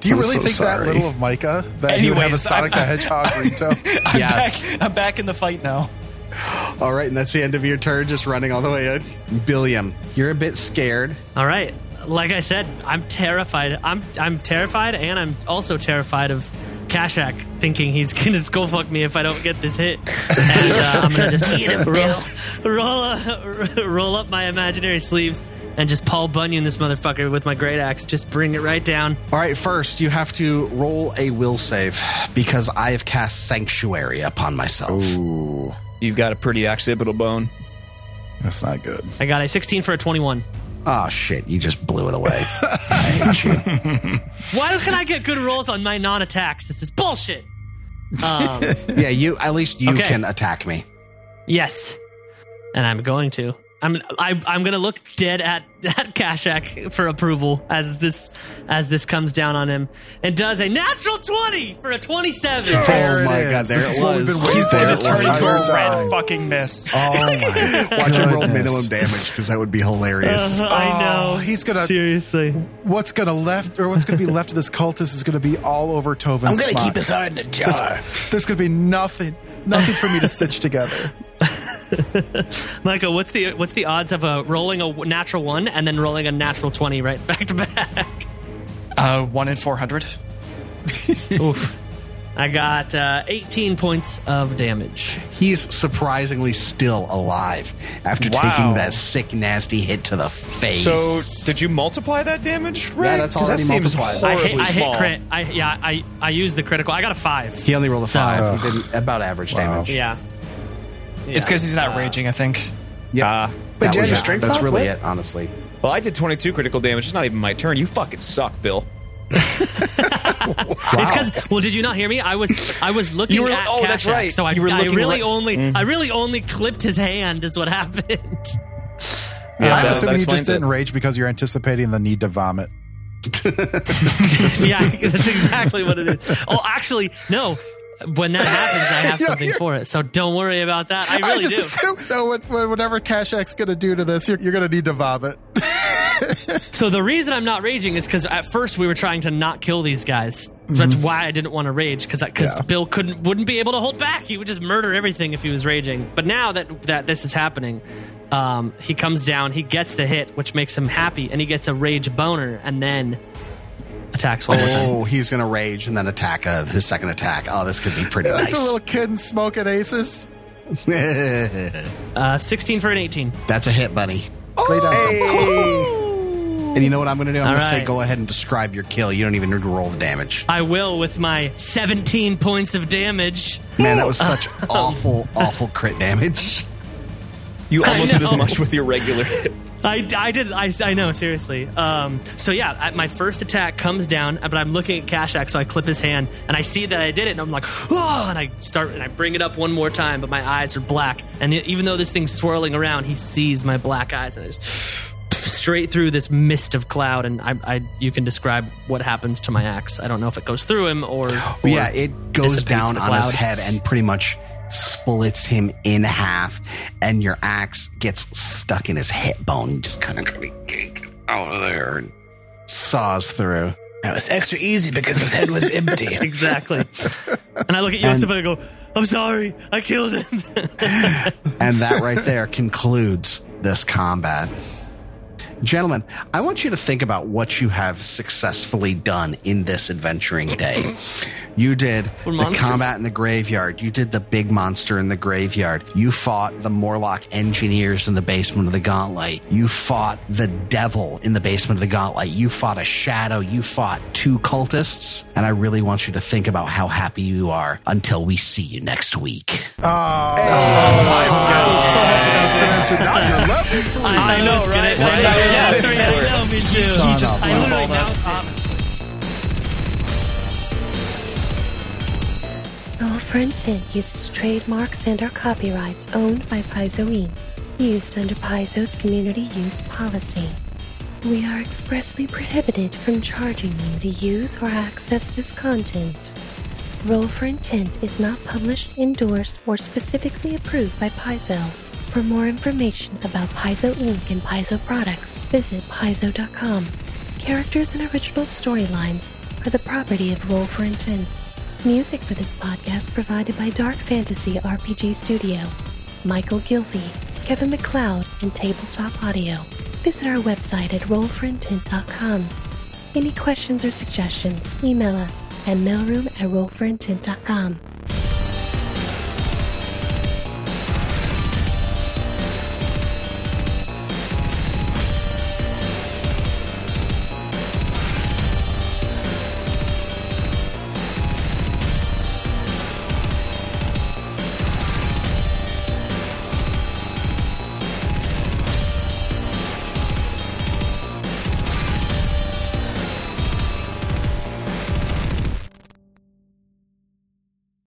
Do you
I'm
really
so
think
sorry.
that little of Micah that he would have a
Anyways, I'm-
Sonic the Hedgehog ringtone?
I'm
Yes.
back. I'm back in the fight now.
All right, and that's the end of your turn, just running all the way in. Billiam, you're a bit scared.
All right. Like I said, I'm terrified. I'm I'm terrified, and I'm also terrified of Kashak thinking he's gonna skull fuck me if I don't get this hit. And uh, I'm gonna just roll, roll, uh, roll up my imaginary sleeves and just Paul Bunyan this motherfucker with my great axe. Just bring it right down.
All right, first, you have to roll a will save because I have cast Sanctuary upon myself.
You've got a pretty occipital bone.
That's not good.
I got a 16 for a 21.
Oh, shit, you just blew it away. I hate you.
Why can I get good rolls on my non-attacks? This is bullshit. Um,
Yeah, you, at least you
Okay.
can attack me.
Yes, and I'm going to. I'm I, I'm going to look dead at at Kashak for approval as this as this comes down on him, and does a natural twenty for a twenty-seven.
There
oh my
it
god,
is.
there
This
it
is what we've
was.
been waiting
He's
for
gonna
this
turn into
entire
a red
time.
fucking mist.
Oh my
Watch him roll
goodness.
minimum damage because that would be hilarious.
Uh, I know.
Oh, he's gonna-
seriously.
What's gonna left or what's gonna be left of this cultist is gonna be all over Tovin's
I'm gonna
spot.
keep his heart in a jar.
There's gonna be nothing, nothing for me to stitch together.
Michael, what's the what's the odds of uh, rolling a w- natural one and then rolling a natural twenty right back to back?
Uh, one in four hundred.
Oof. I got uh, 18 points of damage.
He's surprisingly still alive after
Wow.
taking that sick, nasty hit to the face.
So did you multiply that damage? Rick?
that's
'Cause that
already
seems
multiplied.
I hit,
horribly
I hit
small.
crit. I, yeah, I, I used the critical. I got a five.
he only rolled a
So-
five. He did about average damage.
Yeah. Yeah.
It's because he's not raging. I think.
Yeah,
But
Uh, that
you had
was
your
it.
strength
That's
up,
really
what?
it, honestly.
Well, I did 22 critical damage. It's not even my turn. You fucking suck, Bill.
It's because well, did you not hear me? I was I was looking
were-
at
oh,
Kashak,
that's right.
So I,
You were
I
looking Mm-hmm.
really
right-
only I really only clipped his hand is what happened.
Yeah,
I'm
that- that
assuming you
explains
just didn't
it.
rage because you're anticipating the need to vomit.
yeah, that's exactly what it is. Oh, actually, no. When that happens, I have something for it. So don't worry about that. I really
just
do.
assume that what- what- whatever Kashak's going to do to this, you're, you're going to need to vomit.
So the reason I'm not raging is because at first we were trying to not kill these guys. That's why I didn't want to rage because because Bill couldn't wouldn't be able to hold back. He would just murder everything if he was raging. But now that that this is happening, um, he comes down. He gets the hit, which makes him happy, and he gets a rage boner, and then attacks one more time.
Oh, he's gonna rage and then attack uh, his second attack. Oh, this could be pretty
Like the
nice.
little kid in Smoke and Aces.
Uh, 16 for an 18.
That's a hit, buddy.
Lay down.
And you know what I'm gonna do? I'm
All
gonna say
right.
go ahead and describe your kill. You don't even need to roll the damage.
I will with my 17 points of damage. Um,
Man, that was such awful, awful crit damage.
You almost did as
know.
much with your regular hit.
I, I did. I, I know, seriously. Um, so, yeah, I, my first attack comes down, but I'm looking at Kashak, so I clip his hand, and I see that I did it, and I'm like, oh, and I start, and I bring it up one more time, but my eyes are black. And e- even though this thing's swirling around, he sees my black eyes, and I just straight through this mist of cloud, and I, I you can describe what happens to my axe. I don't know if it goes through him or. or
yeah, it goes
dissipates
down
the
on his
cloud.
head and pretty much splits him in half, and your axe gets stuck in his hip bone, just kind of out of there and saws through.
That was extra easy because his head was empty.
Exactly. and I look at Yosef and I go, I'm sorry, I killed him.
And that right there concludes this combat. Gentlemen, I want you to think about what you have successfully done in this adventuring day. You did
We're
the
monsters.
combat in the graveyard. You did the big monster in the graveyard. You fought the Morlock engineers in the basement of the gauntlet. You fought the devil in the basement of the gauntlet. You fought a shadow. You fought two cultists. And I really want you to think about how happy you are until we see you next week.
I know, right? Yeah, three S. No, me too. He just, I literally now,
Roll for Intent uses trademarks and or copyrights owned by Paizo Inc. Used under Paizo's community use policy. We are expressly prohibited from charging you to use or access this content. Roll for Intent is not published, endorsed, or specifically approved by Paizo. For more information about Paizo Inc. and Paizo products, visit paizo.com. Characters and original storylines are the property of Roll for Intent. Music for this podcast provided by Dark Fantasy RPG Studio, Michael Gilfie, Kevin McLeod, and Tabletop Audio. Visit our website at rollforintent.com. Any questions or suggestions, email us at mailroom at rollforintent.com.